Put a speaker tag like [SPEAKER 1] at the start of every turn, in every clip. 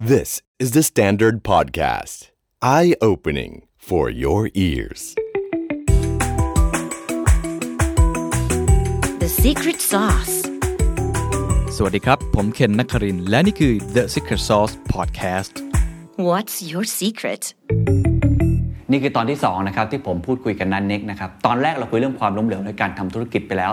[SPEAKER 1] This is the Standard Podcast. Eye opening for your ears.
[SPEAKER 2] The secret sauce.
[SPEAKER 3] สวัสดีครับ ผมเคนนักครินทร์และนี่คือ The Secret Sauce Podcast
[SPEAKER 2] What's your secret?
[SPEAKER 4] นี่คือตอนที่2นะครับที่ผมพูดคุยกับนันเน็กนะครับตอนแรกเราคุยเรื่องความล้มเหลวในการทำธุรกิจไปแล้ว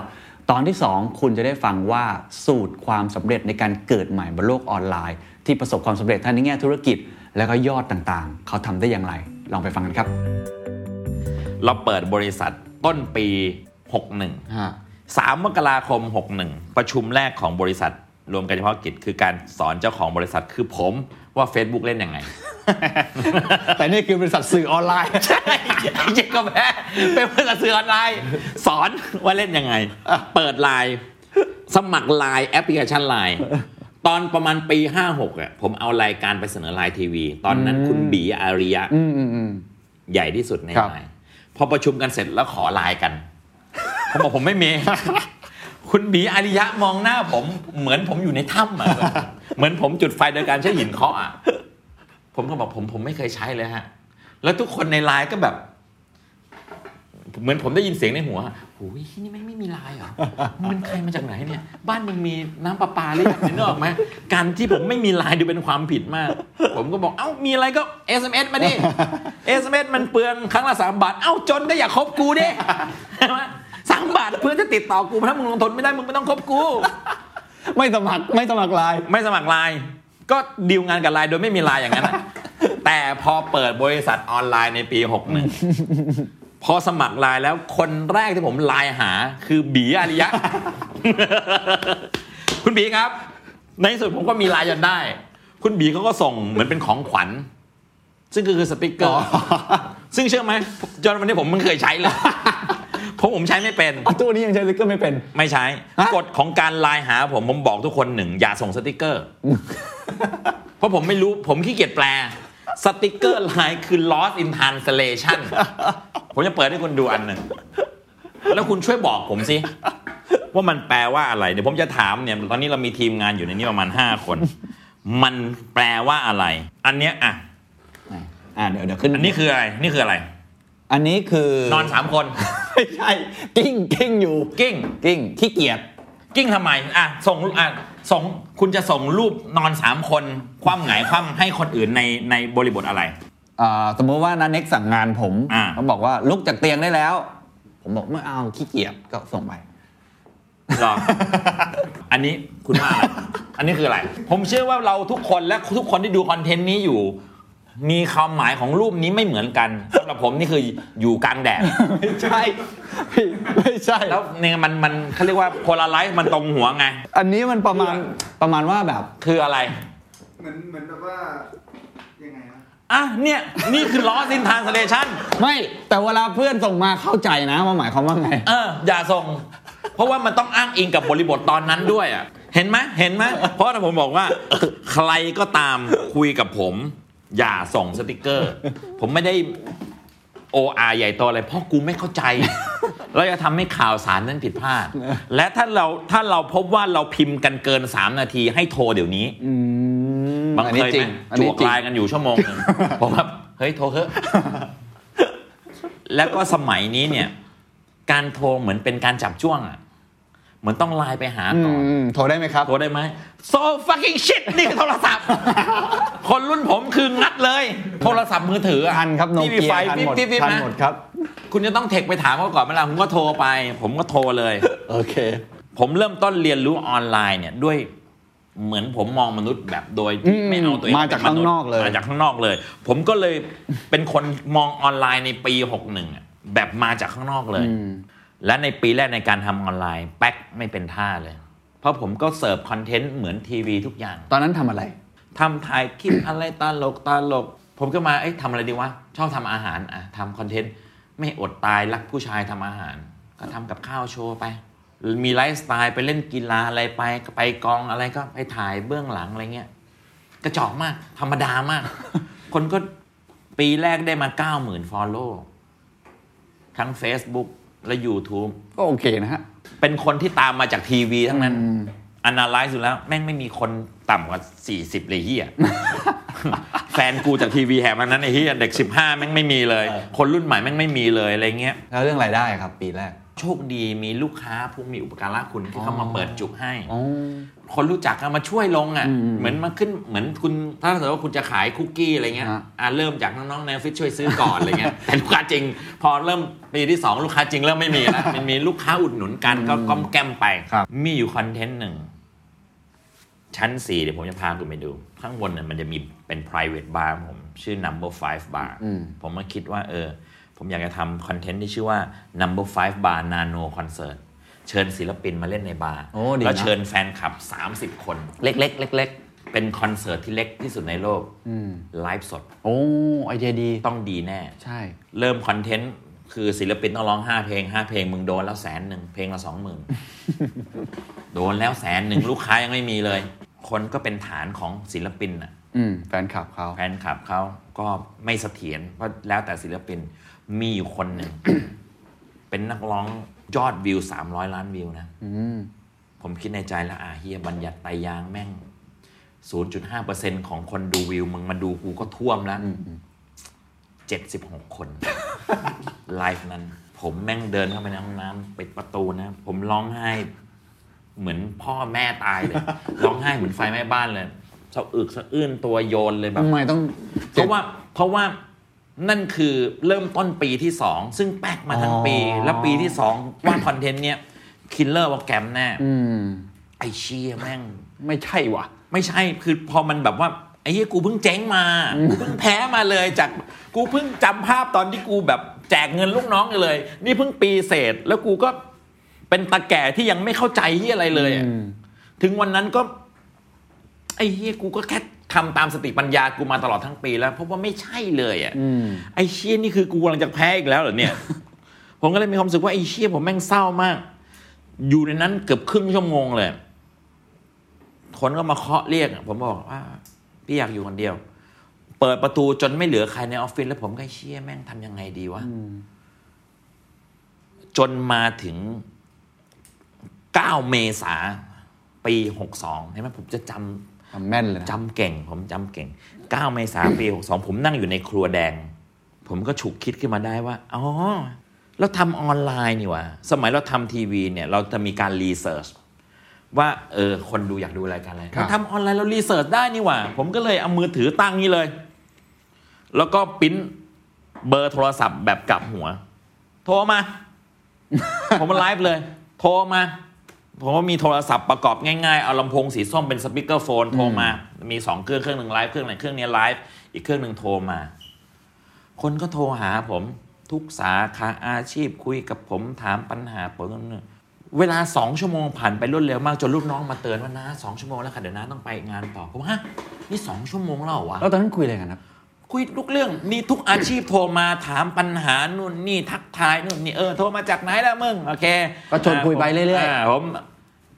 [SPEAKER 4] ตอนที่ 2 คุณจะได้ฟังว่าสูตรความสำเร็จในการเกิดใหม่บนโลกออนไลน์ ที่ประสบความสำเร็จทั้งในแง่ธุรกิจ และก็ยอดต่างๆ เขาทำได้อย่างไร ลองไปฟังกันครับ
[SPEAKER 5] เราเปิดบริษัทต้นปี 61 3 มกราคม 61 ประชุมแรกของบริษัท รวมกันเฉพาะกิจคือการสอนเจ้าของบริษัทคือผมว่า Facebook เล่นยังไง
[SPEAKER 4] แต่นี่คือบริษัทสื่อออนไลน์
[SPEAKER 5] ไอ้เจ๊ก็แพ้เป็นภาษาสื่อออนไลน์สอนว่าเล่นยังไง เปิดไลน์สมัครไลน์แอปพลิเคชันไลน์ตอนประมาณปี 56อ่ะผมเอารายการไปเสนอไลน์ทีวี ตอนนั้นคุณบีอาริยะใหญ่ที่สุดใน
[SPEAKER 4] ครับ
[SPEAKER 5] ไลน์พอประชุมกันเสร็จแล้วขอไลน์กัน ผมบอกผมไม่มี คุณบีอาริยะมองหน้าผมเหมือนผมอยู่ในถ้ำอะเหมือนผมจุดไฟโดยการใช้หินเคาะอะผมก็บอกผมผมไม่เคยใช้เลยฮะ แล้วทุกคนในไลน์ก็แบบ เหมือนผมได้ยินเสียงในหัวหูยที่นี่ไม่งไม่มีไลน์เหรอ มันใครมาจากไหนเนี่ย บ้านมึงมีน้ำประปาหรือยังนึกออกไหมการที่ผมไม่มีไลน์ดูเป็นความผิดมาก ผมก็บอก เอ้า มีอะไรก็ SMS มาดิ SMS มันเปลืองครั้งละสามบาท เอ้า จนก็อย่าคบกูดิ ใช่ไหมสามบาทเพื่อนจะติดต่อกูถ้ามึงลงทุนไม่ได้มึงไม่ต้องคบกู
[SPEAKER 4] ไม่สมัครไม่สมัครไลน์
[SPEAKER 5] ไม่สมัครไลน์ก็ดีลงานกับไลน์โดยไม่มีไลน์อย่าง นั้นอะ แต่พอเปิดบริษัทออนไลน์ในปี 61 พอสมัครไลน์แล้วคนแรกที่ผมไลน์หาคือบีอา ริยะ คุณบีครับ ในที่สุดผมก็มีไลน์จนได้ คุณบีเขาก็ส่งเหมือนเป็นของขวัญ ซึ่งก็คือสติกเกอร์ ซึ่งเชื่อไหมจนวันนี้ผมไม่เคยใช้ เลย เพราะผมใช้ไม่เป็น
[SPEAKER 4] อ่ะตัวนี้ยังใช้ลิกเกอร์ไม่เป็น
[SPEAKER 5] ไม่ใช้
[SPEAKER 4] ฮะ
[SPEAKER 5] กฎของการไลน์หาผมผมบอกทุกคนหนึ่ง อย่าส่งสติกเก อร์ เพราะผมไม่รู้ผมขี้เกียจแปล สติกเกอร์ไลน์คือ lost in translation ผมจะเปิดให้คุณดูอันหนึ่ง แล้วคุณช่วยบอกผมสิ ว่ามันแปลว่าอะไร เดี๋ยวผมจะถามเนี่ย ตอนนี้เรามีทีมงานอยู่ในนี้ประมาณ 5 คน มันแปลว่าอะไร อันเนี้ยอ่ะ
[SPEAKER 4] อ่าเดี๋ยวเดี๋ยวขึ้น
[SPEAKER 5] อันนี้คืออะไร นี่คืออะไร
[SPEAKER 4] อันนี้คือน
[SPEAKER 5] อนสาม คน
[SPEAKER 4] ไม่ใช่กิ้งกิ้งอยู่
[SPEAKER 5] กิ้ง
[SPEAKER 4] กิ้งขี้เกียจ
[SPEAKER 5] กิ้งทำไม อ่ะ ส่ง อ่ะ ส่ง คุณจะส่งรูปนอนสามคน ความหงายความให้คนอื่นใน ในบริบทอะไร
[SPEAKER 4] อ่าสมมุติว่านันเน็กสั่งงานผม
[SPEAKER 5] อ่า
[SPEAKER 4] เขาบอกว่าลุกจากเตียงได้แล้ว ผมบอกไม่เอาขี้เกียจก็ส่งไป
[SPEAKER 5] หรอ อันนี้คุณว่าอะไรอันนี้คืออะไร ผมเชื่อว่าเราทุกคนและทุกคนที่ดูคอนเทนต์นี้อยู่ มีความหมายของรูปนี้ไม่เหมือนกันสำหรับผมนี่คืออยู่กลางแดด
[SPEAKER 4] ไม่ใช่พี่ไม่ใช่
[SPEAKER 5] แล้วเนี่ยมัน มันเขาเรียกว่าโพลาไลซ์มันตรงหัวไง
[SPEAKER 4] อันนี้มันประมาณประมาณว่าแบบ
[SPEAKER 5] คืออะไร
[SPEAKER 6] เหมือนเหมือนแบบว่า ยังไงอะ
[SPEAKER 5] อ่ะ เนี่ย นี่คือล้อซินทานสเลชัน
[SPEAKER 4] ไม่แต่เวลาเพื่อนส่งมาเข้าใจนะว่าหมายความว่าไง
[SPEAKER 5] เอออย่าส่ง เพราะว่ามันต้องอ้างอิงกับบริบทตอนนั้นด้วยอ่ะ เห็นไหมเห็นไหมเพราะถ้าผมบอกว่า ใครก็ตามคุยกับผม อย่าส่งสติกเกอร์ ผมไม่ได้โออาใหญ่โตอะไรเพราะกูไม่เข้าใจ แล้วจะทำให้ข่าวสารนั้นผิดพลาด และถ้าเราถ้าเราพบว่าเราพิมพ์กันเกิน 3 นาทีให้โทรเดี๋ยวนี้
[SPEAKER 4] อืม
[SPEAKER 5] บาง
[SPEAKER 4] อัน
[SPEAKER 5] เค
[SPEAKER 4] นี้จ
[SPEAKER 5] ยไห
[SPEAKER 4] ริง
[SPEAKER 5] ม
[SPEAKER 4] อัน
[SPEAKER 5] จ
[SPEAKER 4] นี้
[SPEAKER 5] วก
[SPEAKER 4] จริง
[SPEAKER 5] ลายกันอยู่ชั่วโมงหนึง ผมแบบเฮ้ยโทรเถ อะ แล้วก็สมัยนี้เนี่ย การโทรเหมือนเป็นการจับจ้วงอ่ะ เหมือนต้องไลน์ไปหา
[SPEAKER 4] อื
[SPEAKER 5] ก่อน
[SPEAKER 4] มโทรได้ไหมครับ
[SPEAKER 5] โทรได้ไหม so fucking shit นี่คือโทรศัพท์ คนรุ่นผมคืองัดเลย โทรศัพท์มือถืออะ
[SPEAKER 4] ทันครับโน
[SPEAKER 5] ที่มี
[SPEAKER 4] เกีย
[SPEAKER 5] ไฟ
[SPEAKER 4] ทันหมด
[SPEAKER 5] ปิ๊บๆๆ
[SPEAKER 4] ทัน
[SPEAKER 5] นะ
[SPEAKER 4] หมดครับ
[SPEAKER 5] คุณจะต้องเทคไปถามเขาก่อนเวลาผมก็โทรไป ผมก็โทรเลย
[SPEAKER 4] โอเค
[SPEAKER 5] ผมเริ่มต้นเรียนรู้ออนไลน์เนี่ยด้วยเหมือนผมมองมนุษย์แบบโดยที่
[SPEAKER 4] อืม
[SPEAKER 5] ไม่เอาตัวเอง
[SPEAKER 4] มาจาก
[SPEAKER 5] ป็มษ
[SPEAKER 4] ข้าง
[SPEAKER 5] ย์
[SPEAKER 4] นอกเลย
[SPEAKER 5] มาจากข้างนอกเลย ผมก็เลยเป็นคนมองออนไลน์ในปี 61อะแบบมาจากข้างนอกเลย และในปีแรกในการทำออนไลน์แป๊กไม่เป็นท่าเลย เพราะผมก็เสิร์ฟคอนเทนต์เหมือนทีวีทุกอย่าง
[SPEAKER 4] ตอนนั้นทำอะไร
[SPEAKER 5] ทำถ่ายคลิป อะไรตลกตลก ผมก็มา เอ้ยทำอะไรดีวะ ชอบทำอาหาร อ่ะทำคอนเทนต์ ไม่อดตาย รักผู้ชายทำอาหาร ก็ทำกับข้าวโชว์ไป มีไลฟ์สไตล์ไปเล่นกีฬาอะไรไป ไปกองอะไรก็ไปถ่ายเบื้องหลังอะไรเงี้ย กระจอกมาก ธรรมดามาก คนก็ปีแรกได้มา 90,000 follow ทั้ง Facebook และ YouTube
[SPEAKER 4] ก็โอเคนะฮะ
[SPEAKER 5] เป็นคนที่ตามมาจากทีวีทั้งนั้น analyze ดูแล้ว แม่งไม่มีคนต่ำกว่า 40เลยเฮีย แฟนกูจากทีวีแหกมันนั้นไอ้เฮียเด็ก 15 แม่งไม่มีเลย คนรุ่นใหม่แม่งไม่มีเลยอะไรเงี้ย
[SPEAKER 4] แล้วเรื่องรายได้ครับ ปีแรก
[SPEAKER 5] โชคดีมีลูกค้าผู้มีอุปการะคุณที่เข้ามาเปิดจุกให้
[SPEAKER 4] อ๋อ
[SPEAKER 5] คนรู้จักก็มาช่วยลงอ่ะ
[SPEAKER 4] อืม
[SPEAKER 5] เหมือนมาขึ้นเหมือนคุณถ้าสมมติว่าคุณจะขายคุกกี้อะไรเงี้ย
[SPEAKER 4] ฮะ
[SPEAKER 5] อ่ะเริ่มจากน้องๆในออฟฟิศช่วยซื้อก่อนอะไรเงี้ยแต่ลูกค้าจริง พอเริ่มปีที่ 2 ลูกค้าจริงเริ่มไม่มีแล้วมันมีลูกค้าอุดหนุนกันก็ก้อมแก้มไปมีอยู่คอนเทนต์หนึ่ง ชั้น 4 เดี๋ยวผมจะพาคุณไปดู ข้างบนเนี่ยมันจะมีเป็น private bar ของผมชื่อ number five bar ผมมาคิดว่า เออ ผมอยากจะทำคอนเทนต์ที่ชื่อว่า number five bar nano concert เชิญศิลปินมาเล่นในบาร์
[SPEAKER 4] โอ้ดีนะ
[SPEAKER 5] แล้วเชิญแฟนคลับ 30 คน เล็กๆเล็กๆเป็นคอนเสิร์ตที่เล็กที่สุดในโลกไลฟ์สด
[SPEAKER 4] โอ้ไอเดียดี
[SPEAKER 5] ต้องดีแน่
[SPEAKER 4] ใช่
[SPEAKER 5] เริ่มคอนเทนต์ คือศิลปินต้องร้อง 5 เพลง 5 เพลงมึงโดนแล้วแสนหนึ่งเพลงละสองหมื่น โดนแล้วแสนหนึ่งลูกค้ายังไม่มีเลย คนก็เป็นฐานของศิลปินน่ะ
[SPEAKER 4] อืม แฟนคลับเขา
[SPEAKER 5] แฟนคลับเขาก็ไม่เสถียรเพราะแล้วแต่ศิลปินมีอยู่คนหนึ่ง เป็นนักร้องยอดวิว 300 ล้านวิวนะผมคิดในใจแล้วอาเฮียบัญญัติไตรยางแม่ง 0.5%ของคนดูวิว มึงมาดูกูก็ท่วมแล้ว 76 คน ไลฟ์นั้น ผมแม่งเดินเข้าไปในห้องน้ำปิดประตูนะ ผมร้องไห้ เหมือนพ่อแม่ตายเลย ร้องไห้เหมือนไฟไหม้บ้านเลยสะอึกสะอื้นตัวโยนเลยแบบ
[SPEAKER 4] ทำไมต้อง
[SPEAKER 5] เพราะว่าเพราะว่านั่นคือเริ่มต้นปีที่ 2 ซึ่งแป๊กมาทั้งปี แล้วปีที่ 2 ว่าคอนเทนต์เนี้ยคิลเลอร์ว่าแกรมแน่
[SPEAKER 4] อืม
[SPEAKER 5] ไอเชียแม่ง
[SPEAKER 4] ไม่ใช่ว่ะ
[SPEAKER 5] ไม่ใช่คือพอมันแบบว่า ไอ้เหี้ยกูเพิ่งเจ๊งมา กูเพิ่งแพ้มาเลยจากกูเพิ่งจำภาพตอนที่กูแบบแจกเงินลูกน้องเลย นี่เพิ่งปีเศษ แล้วกูก็เป็นตาแก่ที่ยังไม่เข้าใจเหี้ยอะไรเลยอะถึงวันนั้นก็ ไอ้เฮียกูก็แค่ทำตามสติปัญญากูมาตลอดทั้งปีแล้วเพราะว่าไม่ใช่เลยอ่ะไอ้เชี่ยนี่คือกูกำลังจะแพ้อีกแล้วเหรอเนี่ย ผมก็เลยมีความรู้สึกว่าไอ้เชี่ยผมแม่งเศร้ามาก อยู่ในนั้นเกือบครึ่งชั่วโมงเลยคนก็มาเคาะเรียกอะผมบอกว่าพี่อยากอยู่คนเดียว เปิดประตูจนไม่เหลือใครในออฟฟิศแล้วผมก็ไอ้เชี่ยแม่งทำยังไงดีวะจนมาถึง 9 เมษาปี 62เห็นไหมผมจะจำ
[SPEAKER 4] ทำแม่นเลยนะ
[SPEAKER 5] จำเก่งผมจำเก่ง 9 เมษายนปี 62 ผมนั่งอยู่ในครัวแดง ผมก็ฉุกคิดขึ้นมาได้ว่า อ๋อ เราทำออนไลน์นี่หว่า สมัยเราทำทีวีเนี่ย เราจะมีการรีเสิร์ชว่า เออ คนดูอยากดูรายการอะไรเราทำออนไลน์เรารีเสิร์ชได้นี่หว่า ผมก็เลยเอามือถือตั้งนี่เลย แล้วก็ปริ้นเบอร์โทรศัพท์แบบกลับหัว โทรมา ผมมาไลฟ์เลย โทรมา ผมว่ามีโทรศัพท์ประกอบง่ายๆ เอาลำโพงสีส้มเป็นสปีกเกอร์โฟนโทรมา มีสองเครื่องเครื่องหนึ่งไลฟ์เครื่องหนึ่งเครื่องนี้ไลฟ์อีกเครื่องหนึ่งโทรมา คนก็โทรหาผมทุกสาขาอาชีพคุยกับผมถามปัญหาผมเวลาสองชั่วโมงผ่านไปรวดเร็วมาก จนลูกน้องมาเตือนว่านะสองชั่วโมงแล้วค่ะเดี๋ยวนะต้องไปงานต่อผมว่าฮะนี่สองชั่วโมงแล้วเหรอวะ
[SPEAKER 4] แล้วตอนนั้นคุยอะไรกันครับ
[SPEAKER 5] คุยทุกเรื่องมีทุกอาชีพโทรมาถามปัญหานู่นนี่ทักทายนู่นนี่เออโทรมาจากไหนแล้วมึงโอเค
[SPEAKER 4] ก็ชวนคุยไปเรื่อยๆ
[SPEAKER 5] ๆผม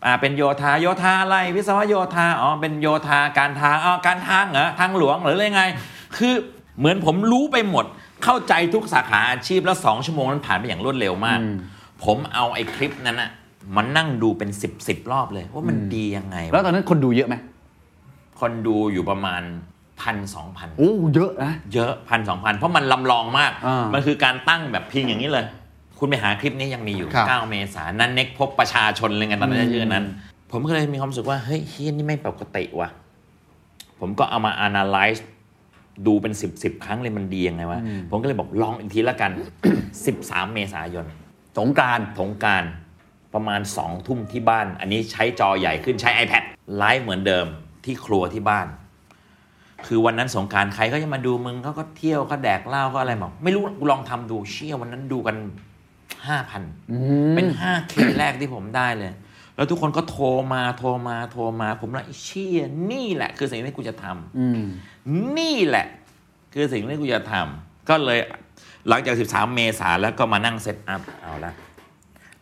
[SPEAKER 5] อ่าเป็นโยธาโยธาอะไร วิศวโยธาอ๋อเป็นโยธาการทางอ๋อการทางเหรอทางหลวงหรืออะไรไง คือเหมือนผมรู้ไปหมด เข้าใจทุกสาขาอาชีพแล้วสองชั่วโมงนั้นผ่านไปอย่างรวดเร็วมาก ผมเอาไอ้คลิปนั้นอะมานั่งดูเป็นสิบสิบรอบเลย ว่ามันดียังไง
[SPEAKER 4] แล้วตอนนั้นคนดูเยอะไหม
[SPEAKER 5] คนดูอยู่ประมาณพันสองพัน
[SPEAKER 4] โอ้เยอะนะ
[SPEAKER 5] เยอะพันสองพันเพราะมันลำลองมาก
[SPEAKER 4] อ่ามั
[SPEAKER 5] มันคือการตั้งแบบพิงอย่างนี้เลย คุณไปหาคลิปนี้ยังมีอยู่
[SPEAKER 4] ครับ
[SPEAKER 5] 9 เมษายนนั้นเน็กพบประชาชนเลยไงตอนนั้นชื่อนั้น ผมก็เลยมีความรู้สึกว่า เฮ้ยเฮียนี่ไม่ปกติว่ะ ผมก็เอามา analyze ดูเป็น 10บสครั้งเลยมันดียังไงวะ ผมก็เลยบอกลองอีกทีละกัน 13 เมษายน
[SPEAKER 4] สงกราร
[SPEAKER 5] สงกรารประมาณ2องทุ่มที่บ้าน อันนี้ใช้จอใหญ่ขึ้นใช้ iPad ไลฟ์เหมือนเดิมที่ครัวที่บ้าน คือวันนั้นสงกรารใครก็จะมาดูมึงเขาก็เที่ยวเขาแดกเหล้าเขาอะไรบอกไม่รู้กูลองทำดูเชี่ยวันนั้นดูกันห้าพันเป็นห้าเคแรกที่ผมได้เลย แล้วทุกคนก็โทรมาโทรมาโทรมาผมละไอ้เชี่ยนี่แหละ คือสิ่งที่กูจะทำ นี่แหละ คือสิ่งที่กูจะทำก็เลยหลังจาก 13 เมษาแล้วก็มานั่งเซตอัพเอาละ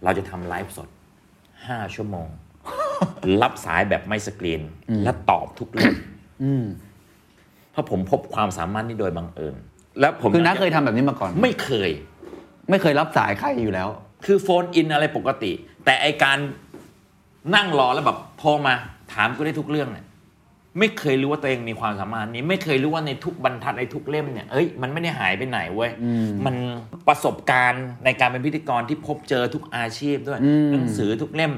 [SPEAKER 5] เราจะทำไลฟ์สด 5 ชั่วโมง รับสายแบบไม่สกรีน และตอบทุกเรื่องเพราะผมพบความสามารถนี่โดยบังเอิญ แล้วผม
[SPEAKER 4] คือน้าเคยทำแบบนี้มาก่อน
[SPEAKER 5] ไม่เคย
[SPEAKER 4] ไม่เคยรับสายใครอยู่แล้ว
[SPEAKER 5] คือโฟนอินอะไรปกติ แต่ไอการ นั่งรอแล้วแบบโทรมาถามกูได้ทุกเรื่องเนี่ยไม่เคยรู้ว่าตัวเองมีความสามารถนี้ ไม่เคยรู้ว่าในทุกบรรทัดในทุกเล่มเนี่ยเอ้ยมันไม่ได้หายไปไหนเว้ยมันประสบการณ์ในการเป็นพิธีกรที่พบเจอทุกอาชีพด้วยหนังสือทุกเล่ม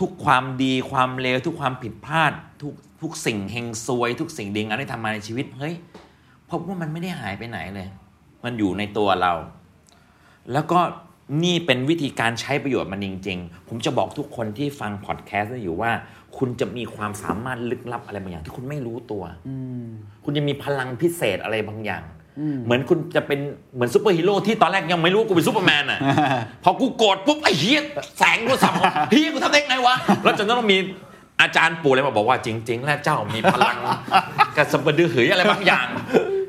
[SPEAKER 5] ทุกความดีความเลวทุกความผิดพลาด ทุกทุกสิ่งเฮงซวย ทุกสิ่งดีงามที่ทำมาในชีวิตเฮ้ย พบว่ามันไม่ได้หายไปไหนเลย มันอยู่ในตัวเรา แล้วก็นี่เป็นวิธีการใช้ประโยชน์มันจริง ๆ ผมจะบอกทุกคนที่ฟังพอดแคสต์นี้อยู่ว่า คุณจะมีความสามารถลึกลับอะไรบางอย่างที่คุณไม่รู้ตัว คุณจะมีพลังพิเศษอะไรบางอย่าง เหมือนคุณจะเป็นเหมือนซูเปอร์ฮีโร่ที่ตอนแรกยังไม่รู้ว่ากูเป็นซูเปอร์แมนอ่ะ พอกูโกรธปุ๊บไอ้เฮียแสงกูสับเฮียกูทำได้ไงวะ แล้วจนต้องมีอาจารย์ปู่เลยมาบอกว่าจริง ๆ แล้วเจ้ามีพลัง กระสบกระดือหืออะไรบางอย่าง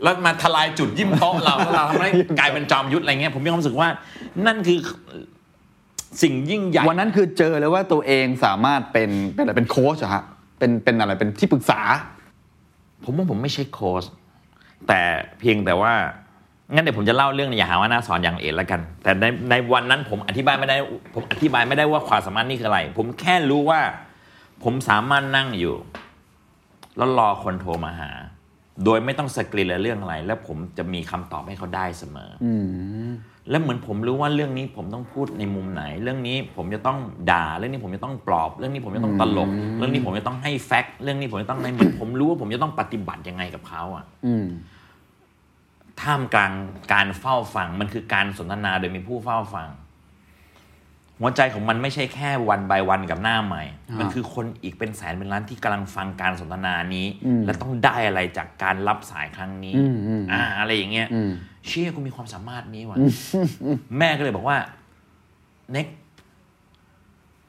[SPEAKER 5] แล้วมาทลายจุดยิ้มโต๊ะเราแล้วเราทำให้กลายเป็นจอมยุทธอะไรเงี้ยผมมีความรู้สึกว่านั่นคือสิ่งยิ่งใหญ่
[SPEAKER 7] วันนั้นคือเจอเลยว่าตัวเองสามารถเป็นเป็นอะไรเป็นโค้ชเหรอฮะเป็นเป็นอะไรเป็นที่ปรึกษา
[SPEAKER 5] ผมว่าผมไม่ใช่โค้ชแต่เพียงแต่ว่า งั้นเดี๋ยวผมจะเล่าเรื่องอย่าหาว่าน่าสอนอย่างเอ็ดแล้วกัน แต่ในในวันนั้นผมอธิบายไม่ได้ ผมอธิบายไม่ได้ว่าความสามารถนี่คืออะไร ผมแค่รู้ว่า ผมสามารถนั่งอยู่ แล้วรอคนโทรมาหา โดยไม่ต้องสกรีนเลยเรื่องอะไร แล้วผมจะมีคำตอบให้เขาได้เสมออแล้วเหมือนผมรู้ว่าเรื่องนี้ผมต้องพูดในมุมไหน เรื่องนี้ผมจะต้องด่า เรื่องนี้ผมจะต้องปลอบ เรื่องนี้ผมจะต้องตลก เรื่องนี้ผมจะต้องให้แฟกต์เรื่องนี้ผมจะต้องในเหมือนผมรู้ว่าผมจะต้องปฏิบัติยังไงกับเขาอ่ะท่ามกลางการเฝ้าฟังมันคือการสนทนาโดยมีผู้เฝ้าฟัง หัวใจของมันไม่ใช่แค่วันบายวันกับหน้าใหม่ มันคือคนอีกเป็นแสนเป็นล้านที่กำลังฟังการสนทนานี้ และต้องได้อะไรจากการรับสายครั้งนี้ อ่า อะไรอย่างเงี้ยเชี่ยกูมีความสามารถนี้ว่ะ แม่ก็เลยบอกว่า เน็ก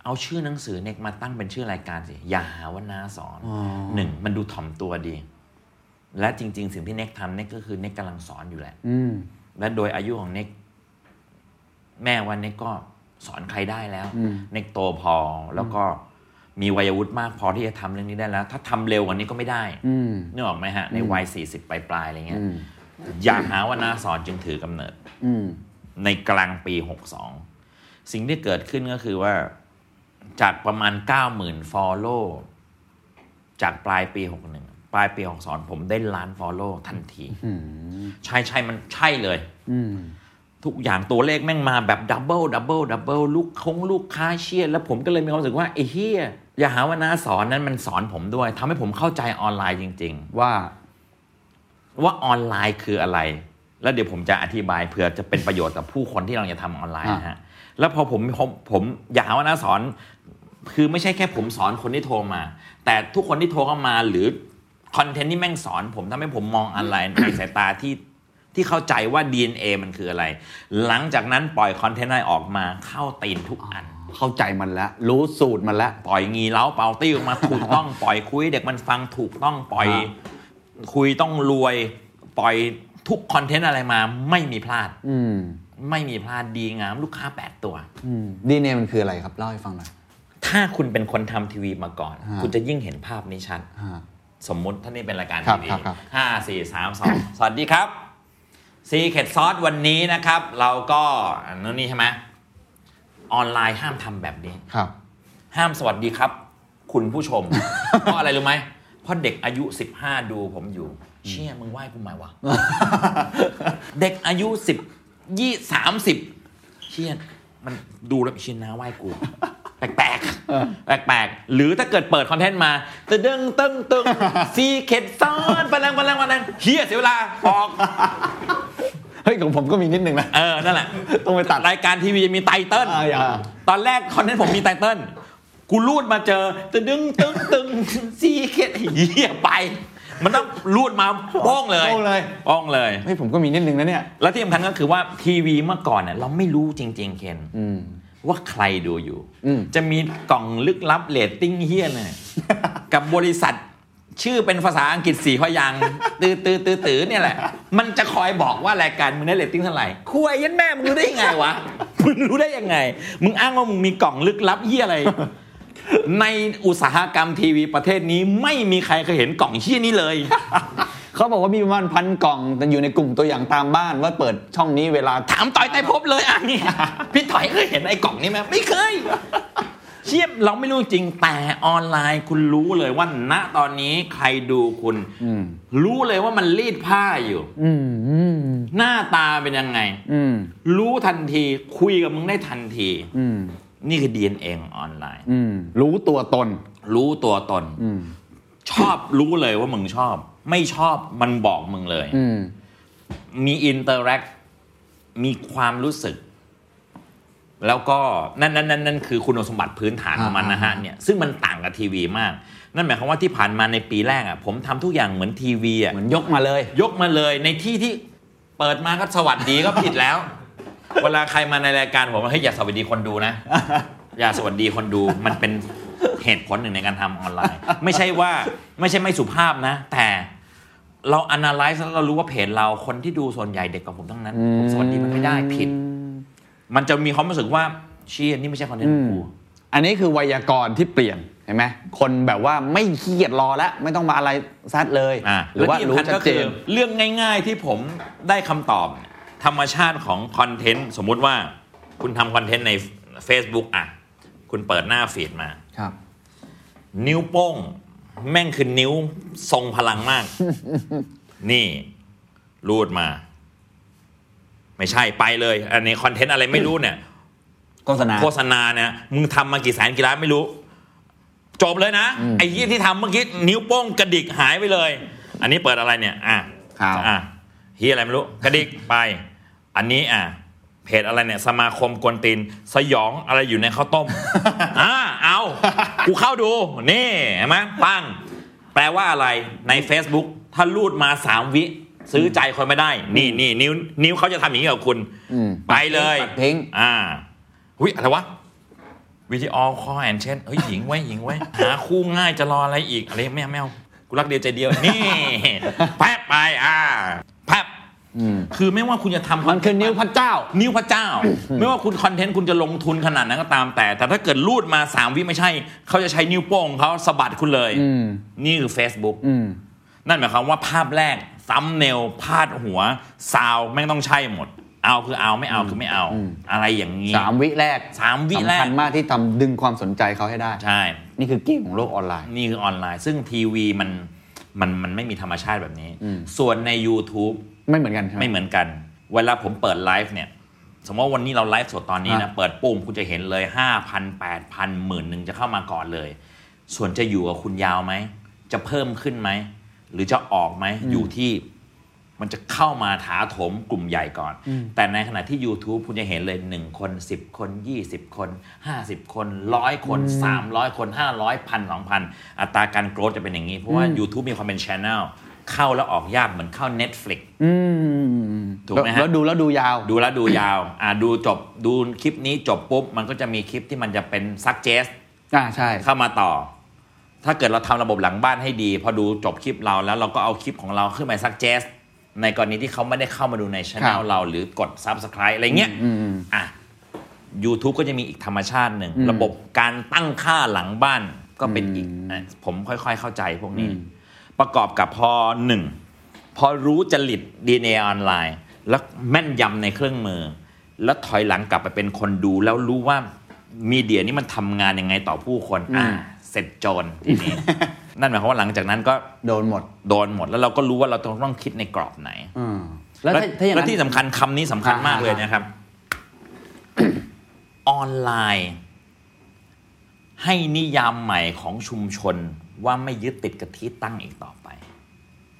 [SPEAKER 5] เอาชื่อหนังสือเน็กมาตั้งเป็นชื่อรายการสิ อย่าหาว่าน้าสอนหนึ่งมันดูถ่อมตัวดี และจริง ๆ สิ่งที่เน็กทำเน็กก็คือเน็กกำลังสอนอยู่แหละและโดยอายุของเน็ก แม่วันเน็กก็สอนใครได้แล้ว เน็กโตพอแล้วก็มีวัยวุฒิมากพอที่จะทำเรื่องนี้ได้แล้ว ถ้าทำเร็วกว่านี้ก็ไม่ได้นึกออกไหมฮะ ในวัยสี่สิบปลายๆอะไรเงี้ยอย่าหาว่าน้าสอนจึงถือกำเนิดในกลางปีหกสองสิ่งที่เกิดขึ้นก็คือว่า จากประมาณเก้าหมื่นฟอลโล่จากปลายปีหกหนึ่งปลายปีหกสองผมได้ล้านฟอลโล่ทันทีใช่ใช่มันใช่เลย ทุกอย่างตัวเลขแม่งมาแบบดับเบิลดับเบิลดับเบิลลูกคงลูกค้าเชียร์แล้วผมก็เลยมีความรู้สึกว่าไอ้เฮียอย่าหาว่าน้าสอนนั้นมันสอนผมด้วยทำให้ผมเข้าใจออนไลน์จริง
[SPEAKER 7] ว่า
[SPEAKER 5] ๆ ว่าออนไลน์คืออะไร แล้วเดี๋ยวผมจะอธิบายเผื่อจะเป็นประโยชน์กับผู้คนที่เราจะทำออนไลน์นะฮะแล้วพอผมผมผมอย่าหาว่าน้าสอน คือไม่ใช่แค่ผมสอนคนที่โทรมา แต่ทุกคนที่โทรเข้ามาหรือคอนเทนต์ที่แม่งสอน ผมทำให้ผมมองออนไลน์ ในสายตาที่ที่เข้าใจว่า DNA มันคืออะไร หลังจากนั้นปล่อยคอนเทนต์อะไรออกมาเข้าตีนทุกอัน
[SPEAKER 7] เข้าใจมันแล้ว รู้สูตรมันแล้ว
[SPEAKER 5] ปล่อยงีเล้าเปาตี้ออกมาถูกต้อง ปล่อยคุยเด็กมันฟังถูกต้องปล่อย
[SPEAKER 7] อ่า
[SPEAKER 5] คุยต้องรวย ปล่อยทุกคอนเทนต์อะไรมาไม่มีพลาด
[SPEAKER 7] อืม
[SPEAKER 5] ไม่มีพลาดดีงามลูกค้าแปดตัว
[SPEAKER 7] อืมดีเนมันคืออะไรครับ เล่าให้ฟังหน่อย
[SPEAKER 5] ถ้าคุณเป็นคนทำทีวีมาก่อน
[SPEAKER 7] ฮะ
[SPEAKER 5] คุณจะยิ่งเห็นภาพนี้ชัด
[SPEAKER 7] อ่า
[SPEAKER 5] สมมุติท่านนี่เป็นรายการ
[SPEAKER 7] ครั
[SPEAKER 5] ที
[SPEAKER 7] บ
[SPEAKER 5] วี
[SPEAKER 7] ครับครับ
[SPEAKER 5] ห้าสี่สามสองสวัสดีครับซีเ e ดซอสวันนี้นะครับ เราก็อันนู้นนี่ใช่ไหมออนไลน์ห้ามทำแบบนี้
[SPEAKER 7] ครับ
[SPEAKER 5] ห้ามสวัสดีครับ คุณผู้ชม เพราะอะไรรู้ไหมเพราะเด็กอายุ 15 ดูผมอยู่ เชี่ยมึงไหว้กูไหมวะ เด็กอายุ 10 20 30 เชี่ยมันดูแล้วเชี่ยนะไหว้กู แปลกๆแปลกๆ หรือถ้าเกิดเปิดคอนเทนต์มาตะดึงตึง ตึงซีเข็ดซ้อนพลังพลังพลังเฮียเสียเวลาออก
[SPEAKER 7] เฮ้ย ของผมก็มีนิดนึงนะ
[SPEAKER 5] เออ นั่นแหละ
[SPEAKER 7] ต้องไปตัด
[SPEAKER 5] รายการทีวีจะมีไตเติ้ล
[SPEAKER 7] อ่าอย่า
[SPEAKER 5] ตอนแรกคอนเทนต์ผมมีไตเติ้ลกูรูดมาเจอตึงตึงตึงตึง ซีเคทเหี้ยไป มันต้องรูดมาโป้งเลย
[SPEAKER 7] โป้งเลย
[SPEAKER 5] โป้งเลย
[SPEAKER 7] เฮ้ย ผมก็มีนิดนึงนะเนี่ย
[SPEAKER 5] แล้วที่สำคัญก็คือว่าทีวีเมื่อก่อนเนี่ยเราไม่รู้จริง ๆ เคนว่าใครดูอยู่
[SPEAKER 7] อืม
[SPEAKER 5] จะมีกล่องลึกลับเรตติ้งเฮี้ย เลย กับบริษัทชื่อเป็นภาษาอังกฤษสี่พยางค์ตือตือตือตือเนี่ยแหละ มันจะคอยบอกว่ารายการมึงได้เรตติ้งเท่าไหร่คุยยันแม่มึงรู้ได้ยังไงวะ มึงรู้ได้ยังไง มึงอ้างว่ามึงมีกล่องลึกลับเฮี้ยอะไร ในอุตสาหกรรมทีวีประเทศนี้ไม่มีใครเคยเห็นกล่องเฮี้ยนี้เลย
[SPEAKER 7] เขาบอกว่ามีประมาณพันกล่องแต่อยู่ในกลุ่มตัวอย่างตามบ้านว่าเปิดช่องนี้เวลา
[SPEAKER 5] ถามต่อยไต้ภพบเลยอ่ะเนี่ย พี่ต่อยเคยเห็นไอ้กล่องนี้ไหมไม่เคย เชียบเราไม่รู้จริงแต่ออนไลน์คุณรู้เลยว่าณตอนนี้ใครดูคุณ รู้เลยว่ามันรีดผ้าอยู่
[SPEAKER 7] อืมอืม
[SPEAKER 5] หน้าตาเป็นยังไง
[SPEAKER 7] อืม
[SPEAKER 5] รู้ทันทีคุยกับมึงได้ทันที
[SPEAKER 7] อืม
[SPEAKER 5] นี่คือ DNA ของออนไลน์
[SPEAKER 7] อืมรู้ตัวตน
[SPEAKER 5] รู้ตัวตน
[SPEAKER 7] อืม
[SPEAKER 5] ชอบรู้เลยว่ามึงชอบ ไม่ชอบมันบอกมึงเลย
[SPEAKER 7] อืม
[SPEAKER 5] มีอินเตอร์แอคมีความรู้สึก แล้วก็นั่นนั่นนั่นนั่นคือคุณสมบัติพื้นฐานของมันนะฮะเนี่ยซึ่งมันต่างกับทีวีมาก นั่นหมายความว่าที่ผ่านมาในปีแรกอ่ะผมทำทุกอย่างเหมือนทีวีอ่ะ
[SPEAKER 4] เหมือนยกมาเลย
[SPEAKER 5] ยกมาเลยในที่ที่เปิดมาก็สวัสดีก็ผิดแล้ว เวลาใครมาในรายการผมว่าเฮ้ยอย่าสวัสดีคนดู นะ อย่าสวัสดีคนดูมันเป็นเหตุผลหนึ่งในการทำออนไลน์ ไม่ใช่ว่าไม่ใช่ไม่สุภาพนะ แต่เรา analyze แล้วเรารู้ว่าเพจเราคนที่ดูส่วนใหญ่เด็กกว่าผมทั้งนั้น ผมสวัสดีมันไม่ได้ผิด มันจะมีความรู้สึกว่าเชี่ยนี่ไม่ใช่คอนเทนต์ของกู
[SPEAKER 7] อันนี้คือไวยากรณ์ที่เปลี่ยนเห็นไหมคนแบบว่าไม่ขี้เกียจรอแล้ว ไม่ต้องมาอะไรซัดเลย
[SPEAKER 5] อ่ะ
[SPEAKER 7] หรือว่า
[SPEAKER 5] แล้ที่
[SPEAKER 7] รู้
[SPEAKER 5] สำคัญ
[SPEAKER 7] ชั
[SPEAKER 5] ก็
[SPEAKER 7] ดเจ
[SPEAKER 5] คือน เรื่องง่าย ๆที่ผมได้คำตอบ ธรรมชาติของคอนเทนต์สมมุติว่าคุณทำคอนเทนต์ใน Facebook อ่ะ คุณเปิดหน้าฟีดมา
[SPEAKER 7] ครับ
[SPEAKER 5] นิ้วโป้ง แม่งคือนิ้วทรงพลังมาก นี่ รูดมา ไม่ใช่ไปเลย อันนี้คอนเทนต์อะไรไม่รู้เนี่ย
[SPEAKER 4] โฆษณา
[SPEAKER 5] โฆษณาเนี่ยมึงทำมากี่แสนกี่ล้านไม่รู้ จบเลยนะ ไอ้ยี่ที่ทำเมื่อกี้นิ้วโป้งกระดิกหายไปเลย อันนี้เปิดอะไรเนี่ย อ่ะ
[SPEAKER 7] ข่าว
[SPEAKER 5] อ่ะเฮียอะไรไม่รู้ กระดิกไป อันนี้อ่ะเพจอะไรเนี่ยสมาคมกวนตีนสยองอะไรอยู่ในข้าวต้ม อ่าเอากูเข้าดู นี่เห็นไหมปัง แปลว่าอะไรใน Facebook ถ้าลูดมาสามวิ ซื้อใจคนไม่ได้ นี่นี่นิ้วนิ้วเขาจะทำอย่างนี้กับคุณไปเลย
[SPEAKER 4] ปัดทิ้ง
[SPEAKER 5] อ่าหุยอะไรวะวิดีโอคอลแอนเช่นเฮ้ยหญิงไว้ยหญิงไว้ยหาคู่ง่ายจะรออะไรอีกอะไรไม่เอาไม่เอากูรักเดียวใจเดียว นี่ แพบไปอ่าแพบคือไม่ว่าคุณจะทำ
[SPEAKER 7] มันคือนิ้วพระเจ้า
[SPEAKER 5] นิ้วพระเจ้า ไม่ว่าคุณคอนเทนต์คุณจะลงทุนขนาดนั้นก็ตามแต่ แต่ถ้าเกิดรูดมาสามวิไม่ใช่ เขาจะใช้นิ้วโป้งของเขาสะบัดคุณเลย นี่คือ Facebook นั่นหมายความว่าภาพแรกซัมเนลพาดหัว ซาวแม่งต้องใช่หมด เอาคือเอาไม่เอาคือไม่เอา อะไรอย่างนี้
[SPEAKER 7] สามวิแรก
[SPEAKER 5] สามวิแร
[SPEAKER 7] สำ
[SPEAKER 5] ก
[SPEAKER 7] คัญมากที่ทำดึงความสนใจเขาให้ได้
[SPEAKER 5] ใช่
[SPEAKER 7] นี่คือเกมของโลกออนไลน์
[SPEAKER 5] นี่คือออนไลน์ ซึ่งทีวีมันมันมันไม่มีธรรมชาติแบบนี้ ส่วนใน YouTube
[SPEAKER 7] ไม่เหมือนกันใช่ไหม
[SPEAKER 5] ไม่เหมือนกัน เวลาผมเปิดไลฟ์เนี่ย สมมติว่าวันนี้เราไลฟ์สดตอนนี้นะ
[SPEAKER 7] อ่ะ
[SPEAKER 5] เปิดปุ่มคุณจะเห็นเลย 5,000 8,000หมื่นหนึ่งจะเข้ามาก่อนเลย ส่วนจะอยู่กับคุณยาวไหม จะเพิ่มขึ้นไหม หรือจะออกไหม อยู่ที่มันจะเข้ามาถาโถมกลุ่มใหญ่ก่อน แต่ในขณะที่ YouTube คุณจะเห็นเลย 1 คน 10 คน 20 คน 50 คน 100 คน 300 คน 500พันสองพันอัตราการโกรธจะเป็นอย่างนี้ เพราะว่า YouTube มีความเป็นช ANNEL เข้าแล้วออกยากเหมือนเข้า Netflix
[SPEAKER 7] อืม
[SPEAKER 5] ถูกไหมฮะ
[SPEAKER 7] แล้วดูแล้วดูยาว
[SPEAKER 5] ดูแล้วดูยาว อ่าดูจบดูคลิปนี้จบปุ๊บ มันก็จะมีคลิปที่มันจะเป็นซักเจส
[SPEAKER 7] อ่าใช่
[SPEAKER 5] เข้ามาต่อ ถ้าเกิดเราทำระบบหลังบ้านให้ดี พอดูจบคลิปเราแล้วเราก็เอาคลิปของเราขึ้นมาซักเจสในกรณีที่เขาไม่ได้เข้ามาดูในช anel
[SPEAKER 7] ครับ
[SPEAKER 5] เราหรือกด Subscribe อะไรเงี้ยอ่ะ YouTube ก็จะมีอีกธรรมชาติหนึ่ง ระบบการตั้งค่าหลังบ้านก็เป็นอีกอ่ะผมค่อยๆเข้าใจพวกนี้ ประกอบกับพอหนึ่ง พอรู้จริตดีเนออนไลน์ แล้วแม่นยำในเครื่องมือ แล้วถอยหลังกลับไปเป็นคนดู แล้วรู้ว่ามีเดียนี่มันทำงานยังไงต่อผู้คนอ่าเสร็จโจรทีนี้ นั่นหมายความว่าหลังจากนั้นก็
[SPEAKER 7] โดนหมด
[SPEAKER 5] โดนหมด แล้วเราก็รู้ว่าเราต้องต้องคิดในกรอบไหน
[SPEAKER 7] อืมแล้วถ้าถ้าอย่าง
[SPEAKER 5] และ
[SPEAKER 7] นั้น
[SPEAKER 5] ที่สำคัญคำนี้สำคัญมาก
[SPEAKER 7] อ่า
[SPEAKER 5] เลยนะครับ ออนไลน์ ให้นิยามใหม่ของชุมชนว่าไม่ยึดติดกับที่ตั้งอีกต่อไป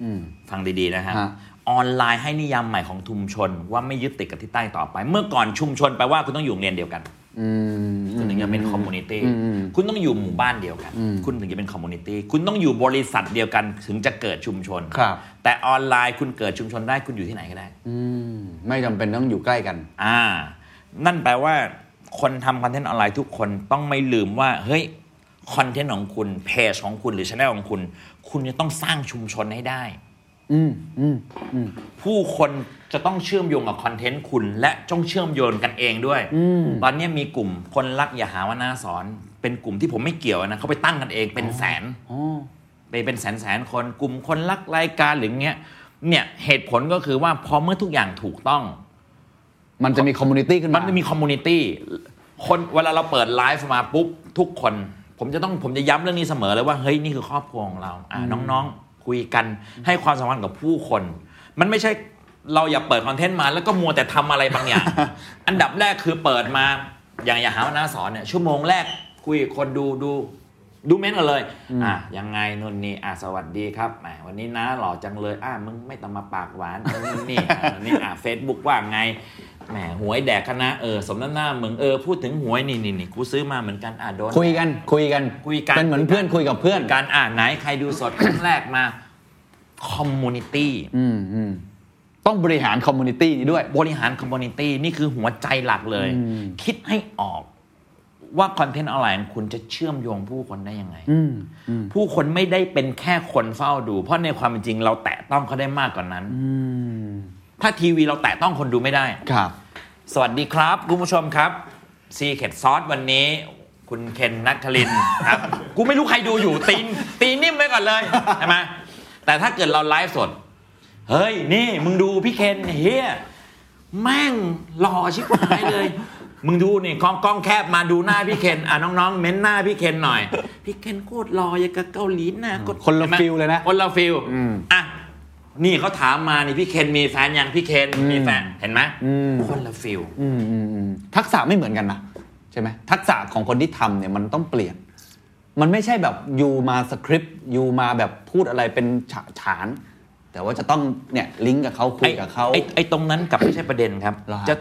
[SPEAKER 7] อืม
[SPEAKER 5] ฟังดี ๆ นะฮะ
[SPEAKER 7] ฮะ
[SPEAKER 5] ออนไลน์ให้นิยามใหม่ของชุมชน ว่าไม่ยึดติดกับที่ใต้ต่อไป เมื่อก่อนชุมชนแปลว่าคุณต้องอยู่โรงเรียนเดียวกัน
[SPEAKER 7] อืม
[SPEAKER 5] คุณถึงจะเป็นคอมมูนิตี้
[SPEAKER 7] อืม
[SPEAKER 5] คุณต้องอยู่หมู่บ้านเดียวกัน คุณถึงจะเป็นคอมมูนิตี้ คุณต้องอยู่บริษัทเดียวกันถึงจะเกิดชุมชน
[SPEAKER 7] ครับ
[SPEAKER 5] แต่ออนไลน์คุณเกิดชุมชนได้คุณอยู่ที่ไหนก็ได้
[SPEAKER 7] อืมไม่จำเป็นต้องอยู่ใกล้กัน
[SPEAKER 5] อ่า นั่นแปลว่าคนทำคอนเทนต์ออนไลน์ทุกคนต้องไม่ลืมว่า เฮ้ย คอนเทนต์ของคุณ เพจของคุณหรือช anel ของคุณ คุณจะต้องสร้างชุมชนให้ได้
[SPEAKER 7] อืมอืม
[SPEAKER 5] ผู้คนจะต้องเชื่อมโยงกับคอนเทนต์คุณและต้องเชื่อมโยงกันเองด้วย ตอนนี้มีกลุ่มคนรักอย่าหาว่าน่าสอน เป็นกลุ่มที่ผมไม่เกี่ยวนะเขาไปตั้งกันเองเป็นแสน
[SPEAKER 7] อ๋อ
[SPEAKER 5] ไปเป็นแสนแสนคนกลุ่มคนรักรายการหรือเงี้ยเนี่ยเหตุผลก็คือว่าพอเมื่อทุกอย่างถูกต้อง
[SPEAKER 7] มันจะมีคอมมูนิตี้ขึ้นมา
[SPEAKER 5] มั
[SPEAKER 7] มั
[SPEAKER 5] นมีคอมมูนิตี้ คนเวลาเราเปิดไลฟ์มาปุ๊บทุกคน ผมจะต้องผมจะย้ำเรื่องนี้เสมอเลยว่าเฮ้ยนี่คือครอบครัวของเราอ่าน้องๆ คุยกันให้ความสำคัญกับผู้คน มันไม่ใช่เราอย่าเปิดคอนเทนต์มาแล้วก็มัวแต่ทำอะไรบาง อย่าง อันดับแรกคือเปิดมาอย่างอย่าหาว่าหน้าสอนเนี่ยชั่วโมงแรกคุยกับคนดูดู ดูเม้นต์กันเลยอ่ะยังไงนุ่นนี่อ่ะสวัสดีครับแหมวันนี้นะหล่อจังเลยอ่ะมึงไม่ต้องมาปากหวานเออนู่นนี่อ่ะนี่อ่ะเฟซบุ๊กว่าไงแหมหวยแดกคณะเออสมน้ำหน้ามึงเออพูดถึงหวยนี่นี่นี่กูซื้อมาเหมือนกันอ่ะโดน
[SPEAKER 7] คุยกันคุยกัน
[SPEAKER 5] คุยกัน
[SPEAKER 7] เป็นเหมือนเพื่อนคุยกับเพื่อน
[SPEAKER 5] การอ่านไหนใครดูสด ครั้งแรกมาคอมมูนิตี้
[SPEAKER 7] อืมอืมต้องบริหารคอมมูนิตี้นี้ด้วย
[SPEAKER 5] บริหารคอมมูนิตี้นี่คือหัวใจหลักเลย
[SPEAKER 7] อืม
[SPEAKER 5] คิดให้ออกว่าคอนเทนต์ออนไลน์ของคุณจะเชื่อมโยงผู้คนได้ยังไง
[SPEAKER 7] อืมอืม
[SPEAKER 5] ผู้คนไม่ได้เป็นแค่คนเฝ้าดู เพราะในความเป็นจริงเราแตะต้องเขาได้มากกว่านนั้น
[SPEAKER 7] อืม
[SPEAKER 5] ถ้าทีวีเราแตะต้องคนดูไม่ได้
[SPEAKER 7] ครับ
[SPEAKER 5] สวัสดีครับ คุณผู้ชมครับซีเ e ดซอสวันนี้ คุณเคนนัทคลินครับ กูไม่รู้ใครดูอยู่ตีนตีนิ่มไว้ก่อนเลยใช่ไหมแต่ถ้าเกิดเราไลฟ์สด เฮ้ย นี่ มึงดูพี่เคนเฮียแม่งหล่อชิบหายเลย มึงดูนี่กล้องกล้องแคบมาดูหน้าพี่เคนอ่ะน้องๆ เม้นหน้าพี่เคนหน่อย พี่เคนโคตรหล่ออย่างกับเกาหลีนะกด
[SPEAKER 7] คนละ
[SPEAKER 5] ห็ไหม
[SPEAKER 7] ฟิลเลยนะ
[SPEAKER 5] คนละฟิล
[SPEAKER 7] อืม
[SPEAKER 5] อ่ะนี่เขาถามมานี่พี่เคนมีแฟนยังพี่เคนมีแฟนเห็นไหม
[SPEAKER 7] อืม
[SPEAKER 5] คนละฟิล
[SPEAKER 7] อืมอืมอืมทักษะไม่เหมือนกันนะใช่ไหมทักษะของคนที่ทำเนี่ยมันต้องเปลี่ยน มันไม่ใช่แบบอยูมาสคริปต์อยูมาแบบพูดอะไรเป็นฉะฉาน แต่ว่าจะต้องเนี่ยลิงก์กับเขาคุยกับเขา
[SPEAKER 5] ไอ้ไอ้ไอ้ตรงนั้นกลับไม่ใช่ประเด็นครับ
[SPEAKER 7] เหรอฮะ
[SPEAKER 5] จะ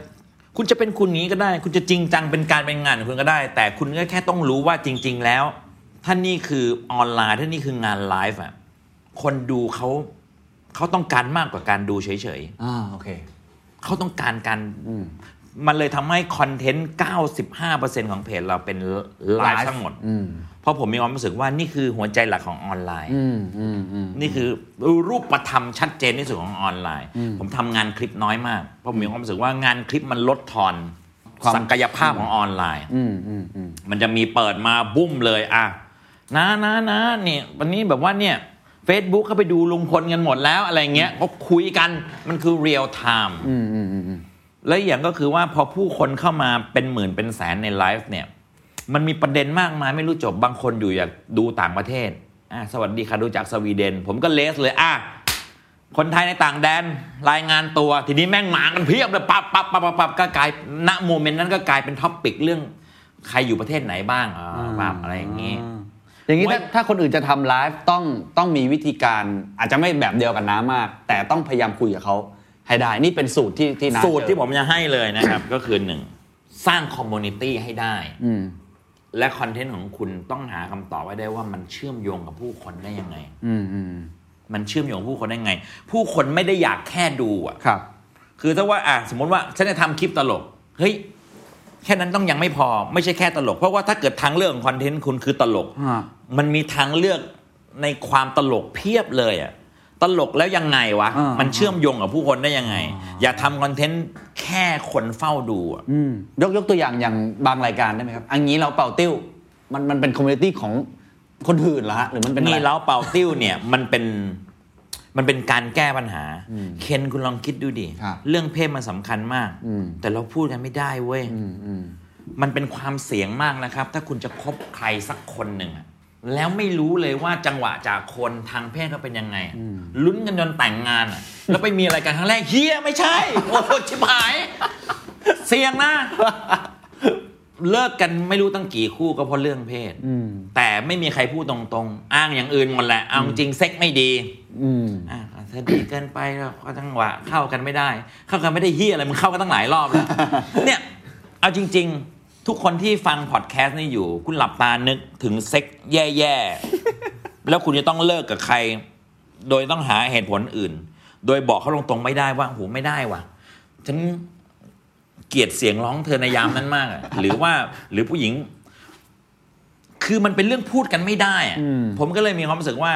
[SPEAKER 5] คุณจะเป็นคุณนี้ก็ได้ คุณจะจริงจังเป็นการเป็นงานของคุณก็ได้ แต่คุณก็แค่ต้องรู้ว่าจริง ๆ แล้วท่านนี่คือออนไลน์ท่านนี่คืองานไลฟ์อ่ะคนดูเขาเขาต้องการมากกว่าการดูเฉย
[SPEAKER 7] อ่าโอเค
[SPEAKER 5] ๆเขาต้องการการ
[SPEAKER 7] อืม
[SPEAKER 5] มันเลยทำให้คอนเทนต์ 95%ของเพจเราเป็นไลฟ์ทั้งหมด
[SPEAKER 7] อืม
[SPEAKER 5] เพราะผมมีความรู้สึกว่านี่คือหัวใจหลักของออนไลน์
[SPEAKER 7] อืมอืมอืม
[SPEAKER 5] นี่คือรูปธรรมชัดเจนที่สุดของออนไลน์ ผมทำงานคลิปน้อยมากเพราะผมมีความรู้สึกว่างานคลิปมันลดทอน
[SPEAKER 7] ความ
[SPEAKER 5] ศักยภาพของออนไลน์
[SPEAKER 7] อืมอืมอืม
[SPEAKER 5] มันจะมีเปิดมาบุ้มเลยอ่ะนะนะนะเนี่ยวันนี้แบบว่าเนี่ย Facebook เข้าไปดูลุงพลกันหมดแล้วอะไรเงี้ยก็คุยกันมันคือเรียลไทม์
[SPEAKER 7] อืมอืมอืมอืม
[SPEAKER 5] และอีกอย่างก็คือว่าพอผู้คนเข้ามาเป็นหมื่นเป็นแสนในไลฟ์เนี่ย มันมีประเด็นมากมายไม่รู้จบบางคนอยู่อยากดูต่างประเทศอ่ะสวัสดีค่ะดูจากสวีเดน ผมก็เลสเลยอ่ะ คนไทยในต่างแดนรายงานตัว ทีนี้แม่งหมากันเพียบเลยปับปับปับปับปับก็กลายณโมเมนต์นั้นก็กลายเป็นท็อปปิกเรื่องใครอยู่ประเทศไหนบ้างอ่าปับอะไรอย่างนี้
[SPEAKER 7] อย่างนี้
[SPEAKER 5] ไม่
[SPEAKER 7] ถ้าถ้าคนอื่นจะทำไลฟ์ต้องต้องมีวิธีการอาจจะไม่แบบเดียวกันน้ามาก แต่ต้องพยายามคุยกับเขาให้ได้นี่เป็นสูตรที่ที่น้า
[SPEAKER 5] สูตร
[SPEAKER 7] เจอ
[SPEAKER 5] ที่ผมจะให้เลยนะครับ ก็คือหนึ่งสร้างคอมมูนิตี้ให้ได้
[SPEAKER 7] อืม
[SPEAKER 5] และคอนเทนต์ของคุณต้องหาคำตอบไว้ได้ว่ามันเชื่อมโยงกับผู้คนได้ยังไง
[SPEAKER 7] อืมอืม
[SPEAKER 5] มันเชื่อมโยงกับผู้คนได้ไง ผู้คนไม่ได้อยากแค่ดูอ่ะ
[SPEAKER 7] ครับ
[SPEAKER 5] คือถ้าว่าอ่ะสมมติว่าฉันจะทำคลิปตลก เฮ้ย แค่นั้นต้องยังไม่พอไม่ใช่แค่ตลก เพราะว่าถ้าเกิดทางเลือกของคอนเทนต์คุณคือตลก
[SPEAKER 7] ฮะ
[SPEAKER 5] มันมีทางเลือกในความตลกเพียบเลยอะตลกแล้วยังไงวะ
[SPEAKER 7] อ่ามั
[SPEAKER 5] มันเชื่อมโยงกับผู้คนได้ยังไง อย่าทำคอนเทนต์แค่คนเฝ้าดูอะ
[SPEAKER 7] อืมยกยกตัวอย่างอย่างบางรายการได้ไหมครับ อันนี้เราเป่าติ้ว มันมันเป็นคอมมูนิตี้ของคนอื่นเหรอฮะ หรือมันเป็นอะไร
[SPEAKER 5] นี่แล้วเป่าติ้วเนี่ยมันเป็นมันเป็นการแก้ปัญหา เคนคุณลองคิดดูดิเรื่องเพศมันสำคัญมาก แต่เราพูดกันไม่ได้เว้ย
[SPEAKER 7] อืมอืม
[SPEAKER 5] มันเป็นความเสี่ยงมากนะครับ ถ้าคุณจะคบใครสักคนหนึ่งอะแล้วไม่รู้เลยว่าจังหวะจากคนทางเพศเขาเป็นยังไงอะลุ้นกันจนแต่งงานอะแล้วไปมีอะไรกันครั้งแรกเฮียไม่ใช่ โอ้โหชิบหาย เสี่ยงนะ เลิกกันไม่รู้ตั้งกี่คู่ก็เพราะเรื่องเพศแต่ไม่มีใครพูดตรงๆ อ้างอย่างอื่นหมดแหละเอาจริงเซ็กไม่ดี
[SPEAKER 7] อืม
[SPEAKER 5] อ่ะถ้าดีเกินไปแล้วก็จังหวะเข้ากันไม่ได้ เข้ากันไม่ได้เฮียอะไรมึงเข้ากันตั้งหลายรอบแล้ว เนี่ยเอาจริง ๆ ทุกคนที่ฟังพอดแคสต์นี่อยู่ คุณหลับตานึกถึงเซ็กแย่ๆ แล้วคุณจะต้องเลิกกับใคร โดยต้องหาเหตุผลอื่น โดยบอกเขาตรงๆไม่ได้ว่าโหไม่ได้ว่ะ ฉันเกลียดเสียงร้องเธอในยามนั้นมากอะ หรือว่าหรือผู้หญิง คือมันเป็นเรื่องพูดกันไม่ได้อะผมก็เลยมีความรู้สึกว่า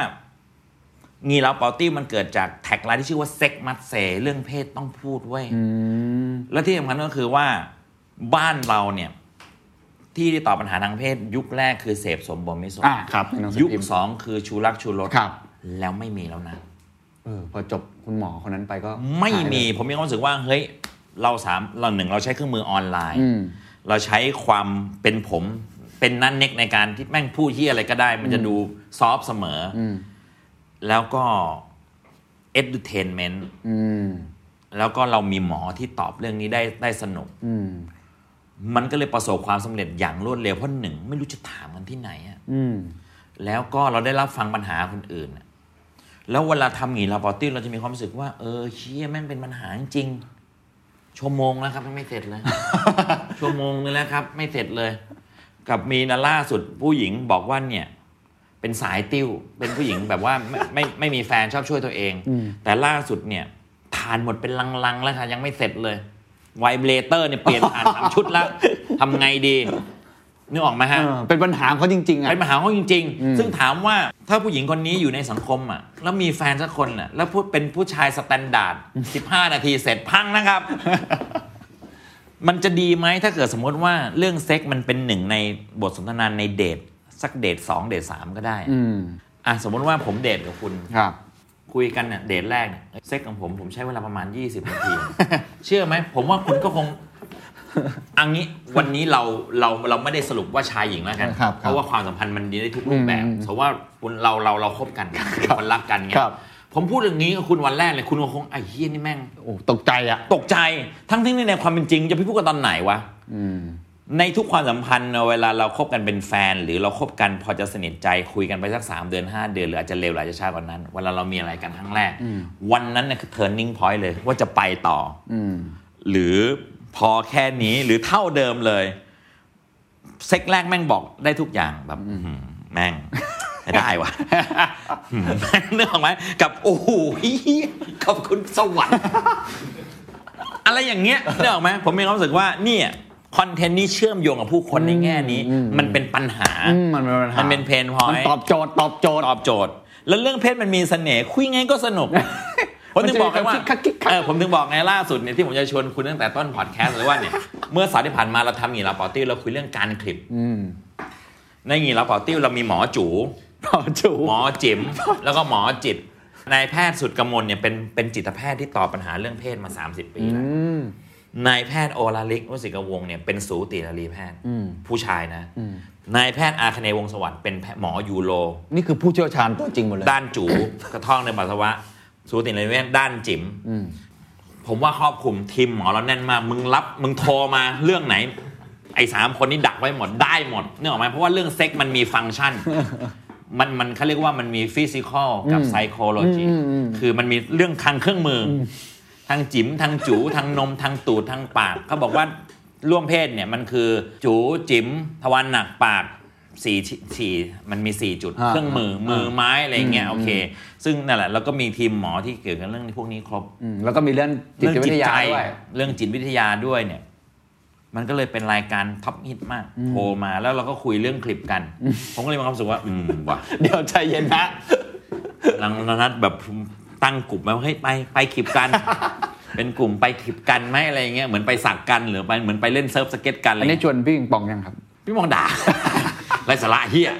[SPEAKER 5] งีราเปาตี้มันเกิดจากแท็กไลน์ที่ชื่อว่าเซ็กมัดเซเรื่องเพศต้องพูดเว้ยและที่สำคัญก็คือว่าบ้านเราเนี่ย ที่ตอบปัญหาทางเพศ ยุคแรกคือเสพสมบมไม่สม
[SPEAKER 7] อ่าครับในหนังสือ
[SPEAKER 5] ยุค
[SPEAKER 7] พิมพ์
[SPEAKER 5] สองคือชูรักชูรส
[SPEAKER 7] ครับ
[SPEAKER 5] แล้วไม่มีแล้วนะ
[SPEAKER 7] เออพอจบคุณหมอคนนั้นไปก็
[SPEAKER 5] ไม่
[SPEAKER 7] หายเลย
[SPEAKER 5] มีผมมีความรู้สึกว่า เฮ้ย เราสามเราหนึ่งเราใช้เครื่องมือออนไลน์
[SPEAKER 7] อืม
[SPEAKER 5] เราใช้ความเป็นผมเป็นนั่นเน็กในการที่แม่งพูดที่อะไรก็ได้ มันจะดูซอฟต์เสมออแล้วก็ entertainment
[SPEAKER 7] อืม
[SPEAKER 5] แล้วก็เรามีหมอที่ตอบเรื่องนี้ได้ได้สนุก
[SPEAKER 7] อืม
[SPEAKER 5] มันก็เลยประสบความสำเร็จอย่างรวดเร็วเพราะหนึ่งไม่รู้จะถามกันที่ไหนอะ
[SPEAKER 7] อืม
[SPEAKER 5] แล้วก็เราได้รับฟังปัญหาคนอื่นอะแล้วเวลาทำหงีลาปอตี้เราจะมีความรู้สึกว่า เออเชี่ยแม่งเป็นปัญหาจริง ชั่วโมงแล้วครับยังไม่เสร็จ เลย ชั่วโมงนึงแล้วครับ ไม่เสร็จเลย กับมีนะล่าสุดผู้หญิงบอกว่าเนี่ย เป็นสายติ้ว เป็นผู้หญิงแบบว่าไม่ไม่ไม่มีแฟนชอบช่วยตัวเอง แต่ล่าสุดเนี่ยผ่านหมดเป็นลังๆ แล้วค่ะ ยังไม่เสร็จเลยไวเบรเตอร์เนี่ยเปลี่ยนผ่านสามชุดแล้วทำไงดีนึกออกไหมฮะ
[SPEAKER 7] เออเป็นปัญหาของเขาจริง ๆ อ่ะ
[SPEAKER 5] เป็นปัญหาของเขาจริง ๆ ซึ่งถามว่าถ้าผู้หญิงคนนี้อยู่ในสังคมอ่ะ แล้วมีแฟนสักคนอ่ะ แล้วพูดเป็นผู้ชายสแตนดาร์ด 15 นาทีเสร็จพัง นะครับ มันจะดีไหมถ้าเกิดสมมติว่าเรื่องเซ็กมันเป็นหนึ่งในบทสนทนาในเดท สักเดทสองเดทสามก็ได้
[SPEAKER 7] อืม
[SPEAKER 5] อ่ะสมมติว่าผมเดทกับคุณ
[SPEAKER 7] ครับ
[SPEAKER 5] คุยกันเนี่ยเดทแรกเนี่ยเซ็กของผมผมใช้เวลาประมาณ 20 นาที เชื่อไหม ผมว่าคุณก็คง อันนี้วันนี้เราเราเราไม่ได้สรุปว่าชายหญิงแล้วกัน
[SPEAKER 7] ครับ
[SPEAKER 5] เพราะว่าความสัมพันธ์มันดีได้ทุกรูปแบบ
[SPEAKER 7] อืม
[SPEAKER 5] เพราะว่าคุณเราเราเราคบกันเป็นคนรักกันไง
[SPEAKER 7] ครับ
[SPEAKER 5] ผมพูดอย่างนี้กับคุณวันแรกเลยคุณก็คงไอ้เฮี้ยนี่แม่ง
[SPEAKER 7] โอ้ตกใจอ่ะ
[SPEAKER 5] ตกใจทั้งที่ในความเป็นจริง จะพี่พูดกันตอนไหนวะในทุกความสัมพันธ์เวลาเราคบกันเป็นแฟน หรือเราคบกันพอจะสนิทใจคุยกันไปสักสามเดือน 5 เดือน หรืออาจจะเร็วหรืออาจจะช้ากว่านั้น เวลาเรามีอะไรกันครั้งแรก วันนั้นเนี่ยคือ turning point เลยว่าจะไปต่ออหรือพอแค่นี้หรือเท่าเดิมเลย เซ็กแรกแม่งบอกได้ทุกอย่างแบบอื้อหือแม่ง ไม่ได้วะ อืมแม่งนึกออกไหมกับโอ้โหเหี้ยขอบคุณสวรรค์ อะไรอย่างเงี้ยนึกออกไหมผมมีความรู้สึกว่าเนี่ยคอนเทนต์นี้เชื่อมโยงกับผู้คนในแง่นี้ มันเป็นปัญหา
[SPEAKER 7] อืมมันเป็นปัญหา
[SPEAKER 5] มันเป็นเพนพอย
[SPEAKER 7] มันตอบโจทย์ตอบโจทย์
[SPEAKER 5] ตอบโจทย์ แล้วเรื่องเพศมันมีเสน่ห์คุยไงก็ส นุก ผมถึงบอกไงว่า
[SPEAKER 7] มันจะมีความคิกคักคิกคัก
[SPEAKER 5] เออผมถึงบอกไงล่าสุดเนี่ยที่ผมจะชวนคุณตั้งแต่ต้นพอดแคสต์เลยว่า เนี่ย เมื่อเสาวที่ผ่านมาเราทำหงีลาปอตี้เราคุยเรื่องการคลิป
[SPEAKER 7] อืม
[SPEAKER 5] ในหงีลาปอตี้เรามีหมอจู
[SPEAKER 7] ตอบจู
[SPEAKER 5] หมอจิ๋มแล้วก็หมอจิตนายแพทย์สุดกมลเนี่ยเป็นเป็นจิตแพทย์ที่ตอบปัญหาเรื่องเพศมา 30 ปีแล้ว
[SPEAKER 7] อืม
[SPEAKER 5] นายแพทย์โอลาลิกวสิกวงศ์เนี่ยเป็นสูตินรีแพทย์
[SPEAKER 7] อืม
[SPEAKER 5] ผู้ชายนะนายแพทย์อาคเนย์วงศ์สวัสดิ์เป็นแพทย์หมอยูโร
[SPEAKER 7] นี่คือผู้เชี่ยวชาญตัวจริงหมดเลย
[SPEAKER 5] ด้านจู กระท่องในปัสสาวะ สูตินรีแพทย์ด้านจิ๋ม
[SPEAKER 7] อืม
[SPEAKER 5] ผมว่าครอบคลุมทีมหมอเราแน่นมาก มึงรับมึงโทรมาเรื่องไหน ไอ้สามคนนี้ดักไว้หมดได้หมดเนื่ออกไหมเพราะว่าเรื่องเซ็กมันมีฟังก์ชัน มันมันเขาเรียกว่ามันมีฟิสิกอลกับไซโคโลจี
[SPEAKER 7] อืมอืมอืม
[SPEAKER 5] คือมันมีเรื่องทางเครื่องมืออทางจิ๋มทางจูทางนมทางตูดทางปากเขาบอกว่าร่วมเพศเนี่ยมันคือจูจิ๋มทวารหนักปากสี่ชิสี่มันมีสี่จุดเครื่องมือมือไม้อะไรอย่างเงี้ยโอเค ซึ่งนั่นแหละแล้วก็มีทีมหมอที่เกี่ยวกับเรื่องพวกนี้ครบ
[SPEAKER 7] อืมแล้วก็มีเรื่องจิตวิทยาด้วย
[SPEAKER 5] เรื่องจิตวิทยาด้วยเนี่ย มันก็เลยเป็นรายการท็อปฮิตมากโทรมาแล้วเราก็คุยเรื่องคลิปกัน ผมก็เลยมีความรู้สึกว่า อืมว่ะ
[SPEAKER 7] เดี๋ยวใจเย็นนะ
[SPEAKER 5] หลังนัดแบบตั้งกลุ่มไว้ว่าเฮ้ยไปไปคลิป กัน เป็นกลุ่มไปคลิปกันไหมอะไรเงี้ยเหมือนไปสักกันหรือไปเหมือนไปเล่นเซิร์ฟสเก็ตกันอะไร
[SPEAKER 7] อันนี้
[SPEAKER 5] เงี้ย
[SPEAKER 7] ชวนพี่ปิงปองยังครับ
[SPEAKER 5] พี่มองด่า ไรสาระเฮีย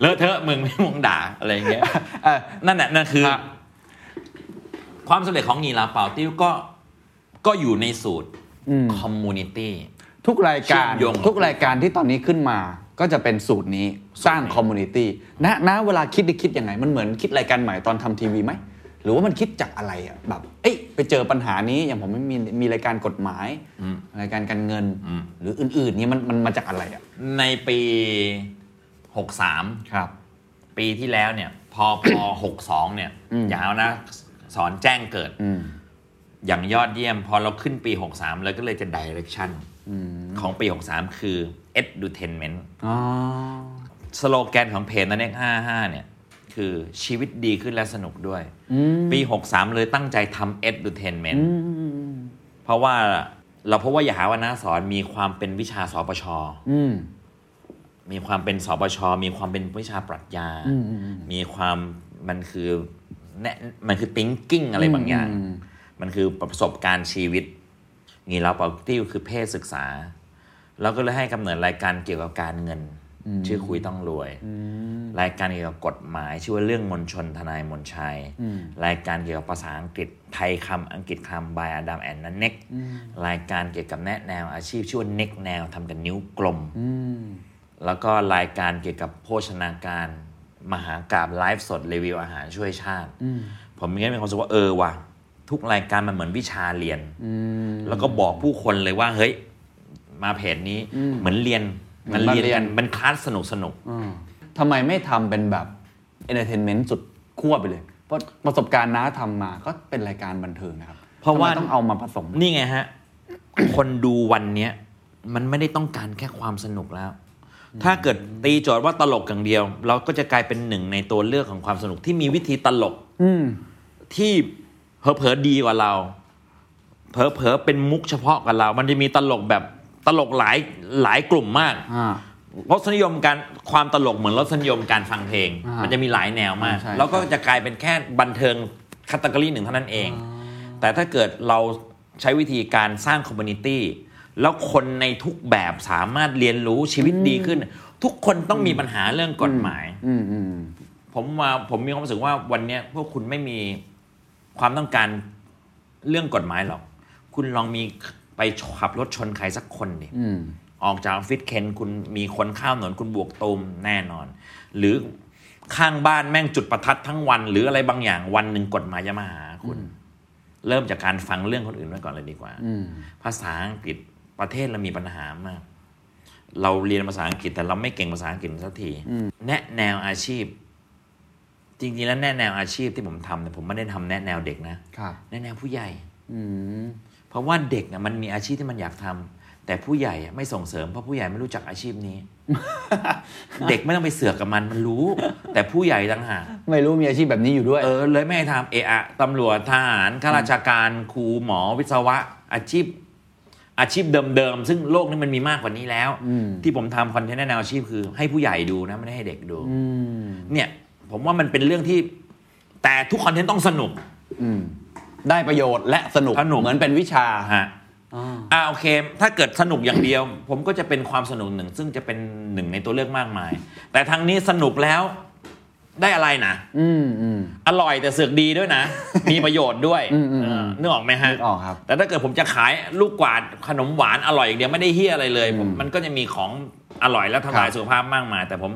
[SPEAKER 5] เลอะเทอะมึงไม่มองด่าอะไรเงี้ย
[SPEAKER 7] เออ
[SPEAKER 5] นั่นแหละนั่นคือ
[SPEAKER 7] ครับ
[SPEAKER 5] ความสำเร็จของงีลาเปาติ้วก็ก็อยู่ในสูตร
[SPEAKER 7] อืม
[SPEAKER 5] คอมมูนิตี้
[SPEAKER 7] ทุกรายการ
[SPEAKER 5] เชื่อมโยง
[SPEAKER 7] ทุกรายการที่ตอนนี้ขึ้นมาก็จะเป็นสูตรนี้สร้างคอมมูนิตี้นะนะเวลาคิดได้คิดยังไง มันเหมือนคิดรายการใหม่ตอนทำทีวีไหม หรือว่ามันคิดจากอะไรอ่ะแบบ เอ้ยไปเจอปัญหานี้อย่างผมไม่มีมีรายการกฎหมาย รายการการเงิน หรืออื่นๆเนี่ยมันมันมาจากอะไรอ่ะ
[SPEAKER 5] ในปี 63
[SPEAKER 7] ครับ
[SPEAKER 5] ปีที่แล้วเนี่ย พอพอ 62 เนี่ยยาวนะ สอนแจ้งเกิด
[SPEAKER 7] อืม
[SPEAKER 5] อย่างยอดเยี่ยม พอเราขึ้นปี 63 แล้วก็เลยจะ direction ของปี 63 คือ edutainment
[SPEAKER 7] อ๋อ
[SPEAKER 5] สโลแกนของเพจนั้นเอง55 เนี่ย คือชีวิตดีขึ้นและสนุกด้วย ปี 63 เลยตั้งใจทำ edutainment เพราะว่าเราเพราะว่าอย่าหาว่านาสอนมีความเป็นวิชาสปช
[SPEAKER 7] อืม
[SPEAKER 5] มีความเป็นสปช มีความเป็นวิชาปรัชญา มีความมันคือแนะมันคือ thinking อะไรบางอย่าง มันคือประสบการณ์ชีวิตนี่เราปกติคือเพศศึกษา เราก็เลยให้กำเนิดรายการเกี่ยวกับการเงิน ชื่อคุยต้องรวย รายการเกี่ยวกับกฎหมายชื่อว่าเรื่องมนชนทนายมนชัย รายการเกี่ยวกับภาษาอังกฤษไทยคำอังกฤษคำบายอดัมแอนนันเน็กรายการเกี่ยวกับแนะแนวอาชีพชื่อว่าเน็กแนวทำกันนิ้วกลม แล้วก็รายการเกี่ยวกับโภชนาการ มหากราบไลฟ์สดรีวิวอาหารช่วยชาติ ผมมีแค่เป็นความรู้สึกว่าเออว่ะทุกรายการมันเหมือนวิชาเรียน แล้วก็บอกผู้คนเลยว่าเฮ้ย มาเพจนี้เหมือนเรียน
[SPEAKER 7] เหมื
[SPEAKER 5] มั
[SPEAKER 7] อน
[SPEAKER 5] น
[SPEAKER 7] มา
[SPEAKER 5] เรียน
[SPEAKER 7] เรีย
[SPEAKER 5] กัน นเป็นคลาสสนุกสนุกๆ
[SPEAKER 7] ทำไมไม่ทำเป็นแบบ entertainment สุดขั้วไปเลย เพราะประสบการณ์น้าทำมาก็เป็นรายการบันเทิงนะครับ
[SPEAKER 5] เพราะว่า
[SPEAKER 7] ทำไมต้องเอามาผสม
[SPEAKER 5] นี่ไงฮะ คนดูวันเนี้ยมันไม่ได้ต้องการแค่ความสนุกแล้ว ถ้าเกิดตีโจทย์ว่าตลกอย่างเดียว เราก็จะกลายเป็นหนึ่งในตัวเลือกของความสนุกที่มีวิธีตลกที่เผลอๆดีกว่าเรา เผลอๆเป็นมุกเฉพาะกับเรา มันจะมีตลกแบบตลกหลายหลายกลุ่มมาก
[SPEAKER 7] อ่าร
[SPEAKER 5] สนิยมการความตลกเหมือนรสนิยมการฟังเพลง
[SPEAKER 7] อ่ามั
[SPEAKER 5] มันจะมีหลายแนวมาก
[SPEAKER 7] ใช่
[SPEAKER 5] แล้วก็จะกลายเป็นแค่บันเทิงคัตเกอรี่หนึ่งเท่านั้นเอง แต่ถ้าเกิดเราใช้วิธีการสร้างคอมมูนิตี้แล้วคนในทุกแบบสามารถเรียนรู้ชีวิตดีขึ้น ทุกคนต้องมีปัญหาเรื่องกฎหมาย
[SPEAKER 7] อืมอืม
[SPEAKER 5] ผมว่าผมมีความรู้สึกว่าวันเนี้ยพวกคุณไม่มีความต้องการเรื่องกฎหมายหรอก คุณลองมีไปขับรถชนใครสักคนดิ
[SPEAKER 7] อืม
[SPEAKER 5] ออกจากออฟฟิศเคนคุณมีคนข้ามถนนคุณบวกตูมแน่นอน หรือข้างบ้านแม่งจุดประทัดทั้งวัน หรืออะไรบางอย่างวันหนึ่งกฎหมายจะมาหาคุณ เริ่มจากการฟังเรื่องคนอื่นไว้ก่อนเลยดีกว่าภาษาอังกฤษประเทศเรามีปัญหามาก เราเรียนภาษาอังกฤษแต่เราไม่เก่งภาษาอังกฤษสักทีแนะแนวอาชีพ จริงๆแล้วแนะแนวอาชีพที่ผมทำเนี่ยผมไม่ได้ทำแนะแนวเด็กนะครับ แนะแนวผู้ใหญ่ เพราะว่าเด็กนะมันมีอาชีพที่มันอยากทำแต่ผู้ใหญ่อะไม่ส่งเสริมเพราะผู้ใหญ่ไม่รู้จักอาชีพ นี้ เด็กไม่ต้องไปเสือกกับมันมันรู้ แต่ผู้ใหญ่ต่างหาก
[SPEAKER 7] ไม่รู้มีอาชีพแบบนี้อยู่ด้วย
[SPEAKER 5] เออเลยไม่ให้ทำเอะอะตำรวจทหารข้าราชการครูหมอวิศวะ อาชีพ อาชีพเดิมๆซึ่งโลกนี้มันมีมากกว่านี้แล้ว ที่ผมทำคอนเทนต์แนวอาชีพคือให้ผู้ใหญ่ดูนะไม่ได้ให้เด็กดูเนี่ย ผมว่ามันเป็นเรื่องที่ แต่ทุกคอนเทนต์ต้องสนุก
[SPEAKER 7] ได้ประโยชน์และสนุก
[SPEAKER 5] สนุก
[SPEAKER 7] เหมือนเป็นวิชา
[SPEAKER 5] ฮะอ่าโอเค ถ้าเกิดสนุกอย่างเดียว ผมก็จะเป็นความสนุกหนึ่ง ซึ่งจะเป็นหนึ่งในตัวเลือกมากมาย แต่ทางนี้สนุกแล้วได้อะไรนะ
[SPEAKER 7] อืมอืม
[SPEAKER 5] อร่อยแต่เสือกดีด้วยนะ มีประโยชน์ด้วย
[SPEAKER 7] อืมอืม
[SPEAKER 5] เออนึกออกไหมฮะ
[SPEAKER 7] นึกออกครับ
[SPEAKER 5] แต่ถ้าเกิดผมจะขายลูกกวาดขนมหวานอร่อยอย่างเดียวไม่ได้เฮียอะไรเลยผมมันก็จะมีของอร่อยและทำลายสุขภาพมากมาย แต่ผม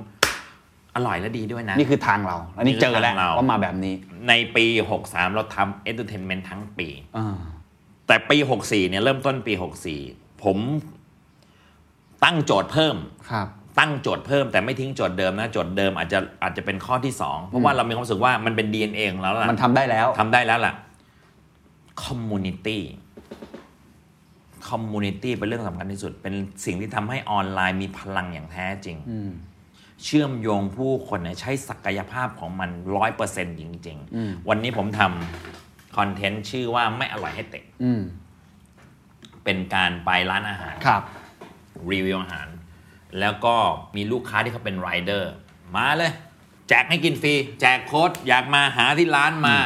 [SPEAKER 5] อร่อยและดีด้วยนะ
[SPEAKER 7] นี่คือทางเรา อันนี้
[SPEAKER 5] นี่คือ
[SPEAKER 7] เจอแล้ว
[SPEAKER 5] ทางเรา
[SPEAKER 7] ว่ามาแบบนี้
[SPEAKER 5] ในปี 63 เราทำ entertainment ทั้งปี
[SPEAKER 7] อ่า
[SPEAKER 5] แต่ปี 64 เนี่ยเริ่มต้นปี 64 ผมตั้งโจทย์เพิ่ม
[SPEAKER 7] ครับ
[SPEAKER 5] ตั้งโจทย์เพิ่มแต่ไม่ทิ้งโจทย์เดิมนะโจทย์เดิมอาจจะอาจจะเป็นข้อที่ 2 เพราะว่าเรามีความรู้สึกว่ามันเป็น DNA ของเราแล้ว
[SPEAKER 7] มัน
[SPEAKER 5] ล่ะ
[SPEAKER 7] ทำได้แล้ว
[SPEAKER 5] ทำได้แล้วล่ะ community community เป็นเรื่องสำคัญที่สุด เป็นสิ่งที่ทำให้ออนไลน์มีพลังอย่างแท้จริง เชื่อมโยงผู้คนเนี่ยใช้ศักยภาพของมันร้อยเปอร์เซ็นต์จริง ๆ วันนี้ผมทำคอนเทนต์ชื่อว่าไม่อร่อยให้เตะ
[SPEAKER 7] อืม
[SPEAKER 5] เป็นการไปร้านอาหาร
[SPEAKER 7] ครับ
[SPEAKER 5] รีวิวอาหาร แล้วก็มีลูกค้าที่เขาเป็นไรเดอร์มาเลย แจกให้กินฟรี แจกโค้ดอยากมาหาที่ร้านมา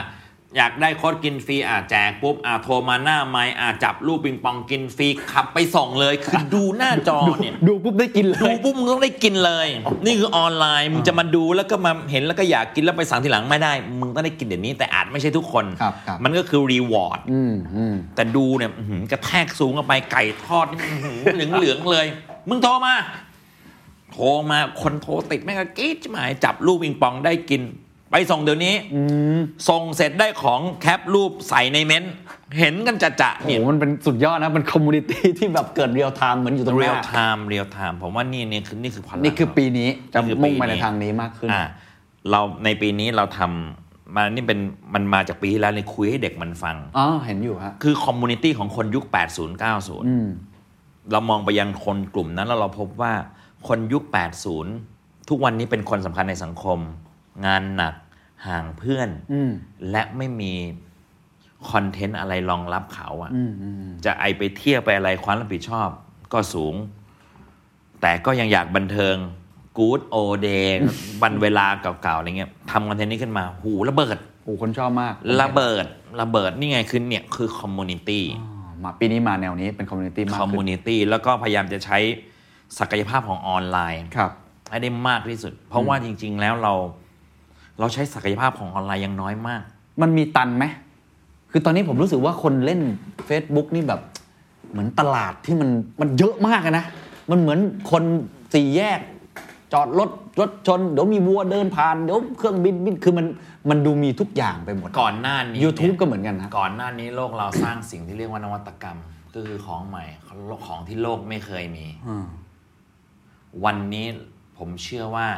[SPEAKER 5] อยากได้โค้ดกินฟรีอ่ะแจกปุ๊บอ่ะโทรมาหน้าไม้อ่ะจับลูกปิงปองกินฟรีขับไปส่งเลย คือดูหน้าจอเนี่ย
[SPEAKER 7] ดูปุ๊บได้กินเล
[SPEAKER 5] ดู
[SPEAKER 7] ย
[SPEAKER 5] ปุ๊บมึงต้องได้กินเลย นี่คือออนไลน์มึงจะมาดูแล้วก็มาเห็นแล้วก็อยากกินแล้วไปสั่งทีหลังไม่ได้ มึงต้องได้กินเดี๋ยวนี้แต่อาจไม่ใช่ทุกคน
[SPEAKER 7] ครับครับ
[SPEAKER 5] มันก็คือรีวอร์ด
[SPEAKER 7] อืมอืม
[SPEAKER 5] แต่ดูเนี่ยอื้อหือกระแทกสูงเข้าไปไก่ทอดนี่เหลืองเหลืองๆเลย มึงโทรมา โทรมาคนโทรติดแม่งก็กรี๊ดชิบหายจับลูกปิงปองได้กิน ไปส่งเดี๋ยวนี้ส่งเสร็จได้ของแคปรูปใส่ในเม้นต์เห็นกันจะจะๆ
[SPEAKER 7] โอ้
[SPEAKER 5] เนี่ย
[SPEAKER 7] โหมันเป็นสุดยอดนะเป็นคอมมูนิตี้ที่แบบเกิดเรียลไทม์เหมือนอยู่ตรงห
[SPEAKER 5] เรียล
[SPEAKER 7] น้า
[SPEAKER 5] ไทม์เรียลไทม์ผมว่านี่เนี่ยคือนี่คือพลัง
[SPEAKER 7] นี่คือปีนี้จะ
[SPEAKER 5] นี่คือปีนี้
[SPEAKER 7] มุ่งไปในทางนี้มากขึ้น
[SPEAKER 5] อ่าเราในปีนี้เราทำมานี่เป็นมันมาจากปีที่แล้วเลยคุยให้เด็กมันฟัง
[SPEAKER 7] อ๋อ เห็นอยู่ฮะ
[SPEAKER 5] คือคอมมูนิตี้ของคนยุค 80 90 เรามองไปยังคนกลุ่มนั้นแล้วเราพบว่าคนยุค 80 ทุกวันนี้เป็นคนสำคัญในสังคม งานหนักห่างเพื่อน
[SPEAKER 7] อืม
[SPEAKER 5] และไม่มีคอนเทนต์อะไรรองรับเขาอะจะไอไปเที่ยวไปอะไรความรับผิดชอบก็สูง แต่ก็ยังอยากบันเทิงกู๊ดโอเดย์วันเวลาเก่าๆอะไรเงี้ยทำคอนเทนต์นี้ขึ้นมาหูระเบิด
[SPEAKER 7] โอ้คนชอบมาก
[SPEAKER 5] ระเบิด ระเบิด นี่ไงคือเนี่ยคือคอมมูนิตี้
[SPEAKER 7] อ๋อมาปีนี้มาแนวนี้เป็นคอมมูนิตี้มาก
[SPEAKER 5] คอม
[SPEAKER 7] ขึ้
[SPEAKER 5] มู
[SPEAKER 7] น
[SPEAKER 5] นิตี้ แล้วก็พยายามจะใช้ศักยภาพของออนไลน์
[SPEAKER 7] ครับ
[SPEAKER 5] ให้ได้มากที่สุด เพราะว่าจริง ๆ แล้วเรา เราใช้ศักยภาพของออนไลน์ยังน้อยมาก
[SPEAKER 7] มันมีตันไหม คือตอนนี้ผมรู้สึกว่าคนเล่น Facebook นี่แบบ เหมือนตลาดที่มันมันเยอะมากอะนะ มันเหมือนคนสี่แยก จอดรถรถชน เดี๋ยวมีวัวเดินผ่าน เดี๋ยวเครื่องบินบิน คือมันมันดูมีทุกอย่างไปหมด
[SPEAKER 5] ก่อนหน้านี้
[SPEAKER 7] YouTube
[SPEAKER 5] เนี่ย
[SPEAKER 7] ก็เหมือนกันนะ
[SPEAKER 5] ก่อนหน้านี้โลกเราสร้างสิ่งที่เรียกว่านวัตกรรม ก็คือของใหม่ของที่โลกไม่เคยมี วันนี้ผมเชื่อว่า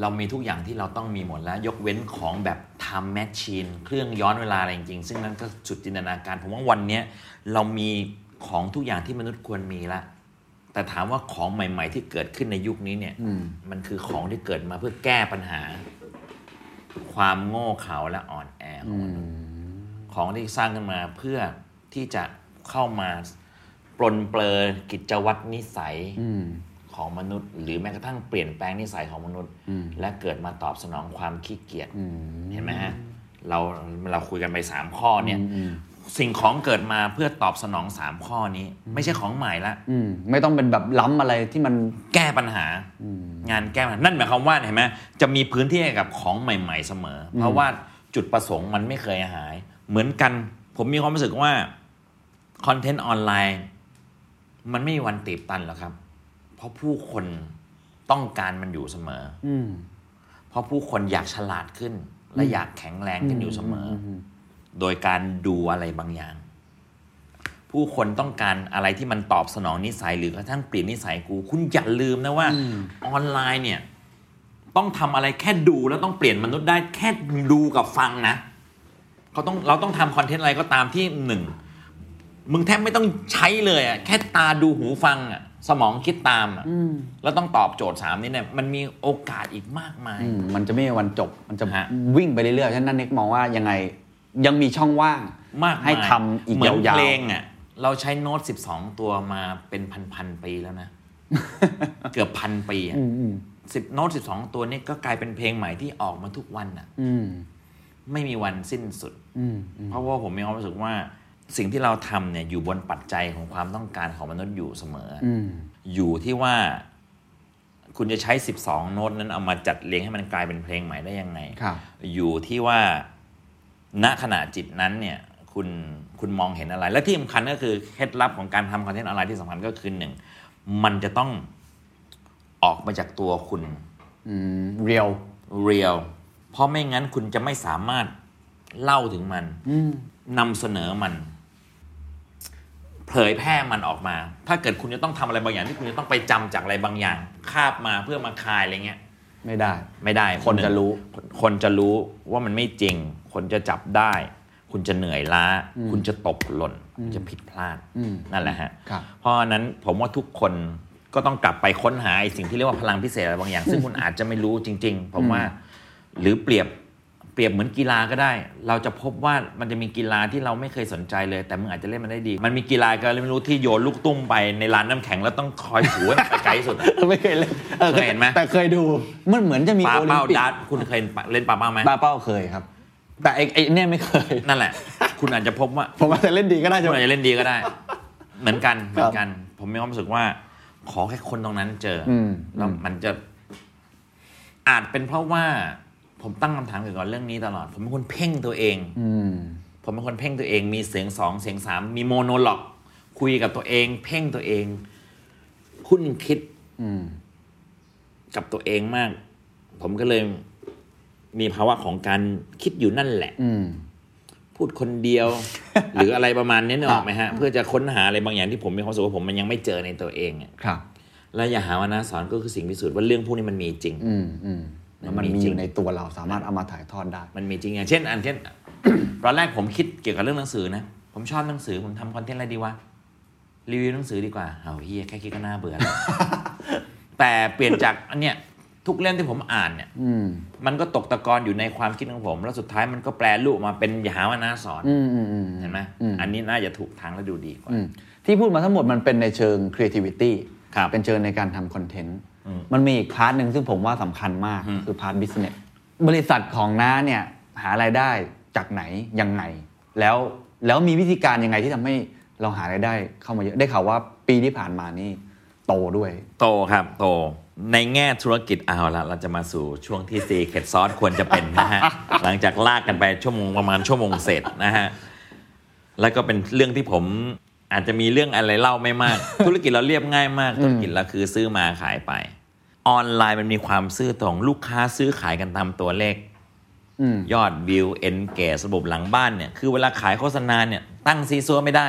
[SPEAKER 5] เรามีทุกอย่างที่เราต้องมีหมดแล้ว ยกเว้นของแบบ time machine เครื่องย้อนเวลาอะไรจริงๆ ซึ่งนั่นก็สุดจินตนาการ ผมว่าวันเนี้ยเรามีของทุกอย่างที่มนุษย์ควรมีละ แต่ถามว่าของใหม่ ๆ ที่เกิดขึ้นในยุคนี้เนี่ย มันคือของที่เกิดมาเพื่อแก้ปัญหา ความโง่เขลาและอ่อนแอของมนุษย์ของที่สร้างขึ้นมาเพื่อที่จะเข้ามาปลนเปลือกิจวัตรนิสัยของมนุษย์ หรือแม้กระทั่งเปลี่ยนแปลงนิสัยของมนุษย์ และเกิดมาตอบสนองความขี้เกียจเห็นไหมฮะเราเราคุยกันไปสามข้อเนี่ยสิ่งของเกิดมาเพื่อตอบสนองสามข้อนี้ ไม่ใช่ของใหม่ละ
[SPEAKER 7] อืมไม่ต้องเป็นแบบล้ำอะไรที่มัน
[SPEAKER 5] แก้ปัญหา งานแก้ปัญหา นั่นหมายความว่าเห็นไหมจะมีพื้นที่ให้กับของใหม่ ๆเสมอ เพราะว่าจุดประสงค์มันไม่เคยหาย เหมือนกัน ผมมีความรู้สึกว่าคอนเทนต์ออนไลน์ มันไม่มีวันตีบตันหรอกครับ เพราะผู้คนต้องการมันอยู่เสมออเพราะผู้คนอยากฉลาดขึ้น และอยากแข็งแรงกันอยู่เสมออโดยการดูอะไรบางอย่าง ผู้คนต้องการอะไรที่มันตอบสนองนิสัยหรือกระทั่งเปลี่ยนนิสัยกู คุณอย่าลืมนะว่าออนไลน์เนี่ย ต้องทำอะไรแค่ดูแล้วต้องเปลี่ยนมนุษย์ได้แค่ดูกับฟังนะเขาต้องเราต้องทำคอนเทนต์อะไรก็ตามที่หนึ่งมึงแทบไม่ต้องใช้เลยอะแค่ตาดูหูฟังอะสมองคิดตามอะแล้วต้องตอบโจทย์สามนี่เนี่ยมันมีโอกาสอีกมากมาย
[SPEAKER 7] อืมมันจะไม่มีวันจบ มันจะ
[SPEAKER 5] ฮะ
[SPEAKER 7] วิ่งไปเรื่อยๆ ฉะนั้นเน็กมองว่ายังไงยังมีช่องว่าง
[SPEAKER 5] มากมาย
[SPEAKER 7] ให้ทำอีก
[SPEAKER 5] เหมื
[SPEAKER 7] ยาน ว
[SPEAKER 5] เพลงอ่ะเราใช้โน้ต 12 ตัวมาเป็นพันๆปีแล้ว นะ เกือบพันปีอ่ะสิบโน้ต 12 ตัวนี้ก็กลายเป็นเพลงใหม่ที่ออกมาทุกวันอ่ะ
[SPEAKER 7] ๆอืม
[SPEAKER 5] ไม่มีวันสิ้นสุด
[SPEAKER 7] อืม
[SPEAKER 5] เพราะว่าผมมีความรู้สึกว่า สิ่งที่เราทำเนี่ยอยู่บนปัจจัยของความต้องการของมนุษย์อยู่เสมออ
[SPEAKER 7] อืม
[SPEAKER 5] อยู่ที่ว่า คุณจะใช้ 12 โน้ตนั้นเอามาจัดเรียงให้มันกลายเป็นเพลงใหม่ได้ยังไง
[SPEAKER 7] ครับ
[SPEAKER 5] อยู่ที่ว่าณขณะจิตนั้นเนี่ยคุณคุณมองเห็นอะไร และที่สำคัญก็คือเคล็ดลับของการทำคอนเทนต์ออนไลน์ที่สำคัญก็คือหนึ่งมันจะต้องออกมาจากตัวคุณ
[SPEAKER 7] อืมเรียว
[SPEAKER 5] เรียลเพราะไม่งั้นคุณจะไม่สามารถเล่าถึงมันนำเสนอมัน เผยแพร่มันออกมา ถ้าเกิดคุณจะต้องทำอะไรบางอย่างที่คุณจะต้องไปจำจากอะไรบางอย่าง คาบมาเพื่อมาคายอะไรเงี้ย
[SPEAKER 7] ไม่ได้
[SPEAKER 5] ไม่ได้
[SPEAKER 7] คน
[SPEAKER 5] หง
[SPEAKER 7] จะรู้
[SPEAKER 5] คนคนจะรู้ว่ามันไม่จริง คนจะจับได้ คุณจะเหนื่อยล้า คุณจะตกหล่น คุณจะผิดพลาดนั่นแหละฮะ
[SPEAKER 7] ครับ
[SPEAKER 5] เพราะฉะนั้นผมว่าทุกคนก็ต้องกลับไปค้นหาไอ้สิ่งที่เรียกว่าพลังพิเศษอะไรบางอย่าง ซึ่งคุณอาจจะไม่รู้จริง ๆ ผมว่า หรือเปรียบเปรียบเหมือนกีฬาก็ได้ เราจะพบว่ามันจะมีกีฬาที่เราไม่เคยสนใจเลย แต่มึงอาจจะเล่นมันได้ดี มันมีกีฬาก็เลยไม่รู้ที่โยนลูกตุ้มไปในร้านน้ำแข็งแล้วต้องคอยถูให้มันไปไกลที่สุดอะ
[SPEAKER 7] ไม่เคยเล่นออ
[SPEAKER 5] เคยเห็นไหม
[SPEAKER 7] แต่เคยดู มันเหมือนจะมี
[SPEAKER 5] ปลา
[SPEAKER 7] โอลิ
[SPEAKER 5] เป้าม
[SPEAKER 7] ปิก
[SPEAKER 5] ดาร์ทคุณเคยเล่นปลาเป้าไหม
[SPEAKER 7] ปลาเป้าเคยครับ แต่ไอ้ไอ้เนี่ยไม่เคย
[SPEAKER 5] นั่นแหละ คุณอาจจะพบ ว่า
[SPEAKER 7] ผมว่าจะเล่นดีก็ได้
[SPEAKER 5] คุ
[SPEAKER 7] ใช่
[SPEAKER 5] ณ
[SPEAKER 7] ไหม
[SPEAKER 5] อาจจะเล่นดีก็ได้ เหมือนกันเหมือนกัน ผมมีความรู้สึกว่า ขอแค่คนตรงนั้นเจออ
[SPEAKER 7] ม
[SPEAKER 5] แล้วมันจะ อาจเป็นเพราะว่า ผมตั้งคำถามเกี่ยวกับเรื่องนี้ตลอด ผมเป็นคนเพ่งตัวเอง
[SPEAKER 7] อืม
[SPEAKER 5] ผมเป็นคนเพ่งตัวเอง มีเสียงสองเสียงสามมีโมโนล็อก คุยกับตัวเอง เพ่งตัวเอง คุ้นคิดกับตัวเองมาก ผมก็เลยมีภาวะของการคิดอยู่นั่นแหละ
[SPEAKER 7] อืม
[SPEAKER 5] พูดคนเดียว หรืออะไรประมาณนี้นึกออกไหมฮะ เพื่อจะค้นหาอะไรบางอย่างที่ผมมีความรู้สึกว่าผมมันยังไม่เจอในตัวเองอะ
[SPEAKER 7] ครับ
[SPEAKER 5] และอย่าหาว่านาสอนก็คือสิ่งพิสูจน์ว่าเรื่องพวกนี้มันมีจริง
[SPEAKER 7] อืมอืมแล้วมัน
[SPEAKER 5] มันมี
[SPEAKER 7] มีอ
[SPEAKER 5] จริ
[SPEAKER 7] ยู่
[SPEAKER 5] ง
[SPEAKER 7] ในตัวเราสามารถเอามาถ่ายทอดได้
[SPEAKER 5] มันมีจริงอย่างเช่น อันเช่น ตอนแรกผมคิดเกี่ยวกับเรื่องหนังสือนะ ผมชอบหนังสือผมทำคอนเทนต์อะไรดีวะรีวิวหนังสือดีกว่าเอาเฮียแค่คิดก็น่าเบื่อ แล้ว แต่เปลี่ยนจากอันเนี้ยทุกเล่มที่ผมอ่านเนี่ย
[SPEAKER 7] อืม
[SPEAKER 5] มันก็ตกตะกอนอยู่ในความคิดของผม แล้วสุดท้ายมันก็แปลรูปมาเป็นอย่าหาว่านาสอน
[SPEAKER 7] อืมอืมอืม
[SPEAKER 5] เห็นไหมอันนี้น่าจะถูกทางและดูดีกว่า
[SPEAKER 7] อืมที่พูดมาทั้งหมดมันเป็นในเชิง creativity
[SPEAKER 5] ครับ
[SPEAKER 7] เป็นเชิงในการทำคอนเทนต์ มันมีอีกพาร์ทหนึ่งซึ่งผมว่าสำคัญมาก คือพาร์ท business บริษัทของน้าเนี่ย หารายได้จากไหน ยังไง แล้วแล้วมีวิธีการยังไงที่ทำให้เราหารายได้เข้ามาเยอะ ได้ข่าวว่าปีที่ผ่านมานี่ โต โตด้วย
[SPEAKER 5] โตครับโตในแง่ธุรกิจเอาละเราจะมาสู่ช่วงที่ซีเกตซอสควรจะเป็น นะฮะ หลังจากลากกันไปชั่วโมงประมาณชั่วโมงเสร็จนะฮะ แล้วก็เป็นเรื่องที่ผมอาจจะมีเรื่องอะไรเล่าไม่ มาก ธุรกิจเราเรียบง่ายมาก ธุรกิจเราคือซื้อมาขายไป ออนไลน์มันมีความซื่อตรงลูกค้าซื้อขายกันตามตัวเลขยอดวิวเอ็นเกสระบบหลังบ้านเนี่ยคือเวลาขายโฆษณาเนี่ยตั้งซีซัวไม่ได้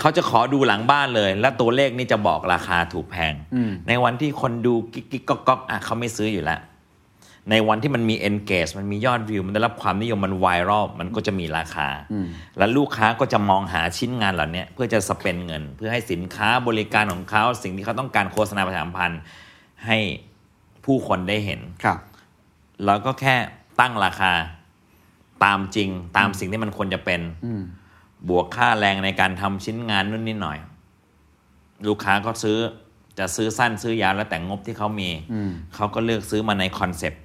[SPEAKER 5] เขาจะขอดูหลังบ้านเลย และตัวเลขนี่จะบอกราคาถูกแพง ในวันที่คนดูกิ๊กกิ๊กก๊อกก๊อกอ่ะเขาไม่ซื้ออยู่แล้ว ในวันที่มันมี engage มันมียอดวิว มันได้รับความนิยมมันไวรัลมันก็จะมีราคา และลูกค้าก็จะมองหาชิ้นงานเหล่าเนี้ยเพื่อจะสเปนเงิน เพื่อให้สินค้าบริการของเขา สิ่งที่เขาต้องการโฆษณาประชาสัมพันธ์ให้ผู้คนได้เห็น
[SPEAKER 7] ครับ
[SPEAKER 5] แล้วก็แค่ตั้งราคาตามจริงตามสิ่งที่มันควรจะเป็นบวกค่าแรงในการทำชิ้นงานนู่นนี่หน่อย ลูกค้าก็ซื้อจะซื้อสั้นซื้อยาวแล้วแต่งบที่เขามีเขาก็เลือกซื้อมาในคอนเซปต์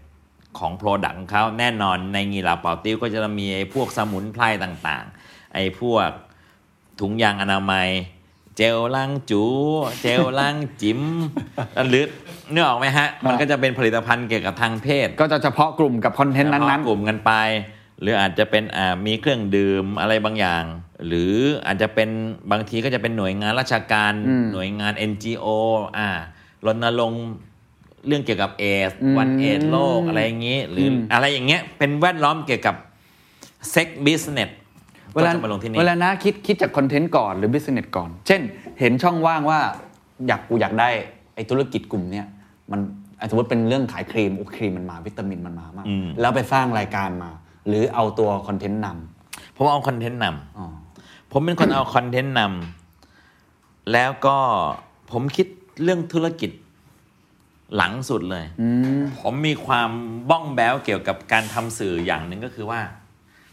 [SPEAKER 5] ของโปรดักต์ของเขาแน่นอนในงีลาเปาติ้วก็จะมีไอ้พวกสมุนไพรต่างๆ ไอ้พวกถุงยางอนามัย เจลล้างจู เจลล้างจิ๋มหรือเนื้อออกไหมฮะ มันก็จะเป็นผลิตภัณฑ์เกี่ยวกับทางเพศ
[SPEAKER 7] ก็จะเฉพาะกลุ่มกับคอนเทนต์นั้น
[SPEAKER 5] กลุ่มกันไป หรืออาจจะเป็นอ่ามีเครื่องดื่มอะไรบางอย่าง หรืออาจจะเป็นบางทีก็จะเป็นหน่วยงานราชการ หน่วยงาน NGO อ่ารณรงค์เรื่องเกี่ยวกับเอสวันเอสโลกอะไรอย่างนี้ หรือออะไรอย่างเงี้ยเป็นแวดล้อมเกี่ยวกับเซ็กบิสเนส
[SPEAKER 7] ๆ
[SPEAKER 5] ก็จะมาลงที่นี่
[SPEAKER 7] เวลานะคิดคิดจากคอนเทนต์ก่อนหรือบิสเนสก่อน เช่น เห็นช่องว่างว่าอยากกูอยากได้ไอ้ธุรกิจกลุ่มเนี้ยมันอ่ะสมมติเป็นเรื่องขายครีมโอ้ครีมมันมาวิตามินมันมามาก แล้วไปสร้างรายการมา หรือเอาตัวคอนเทนต์น
[SPEAKER 5] ผมเอาคอนเทนต์นำ
[SPEAKER 7] ำอ๋อ
[SPEAKER 5] ผมเป็นคนเอาคอนเทนต์นำแล้วก็ผมคิดเรื่องธุรกิจหลังสุดเลยผมมีความบ้องแบ้วเกี่ยวกับการทำสื่ออย่างหนึ่งก็คือว่า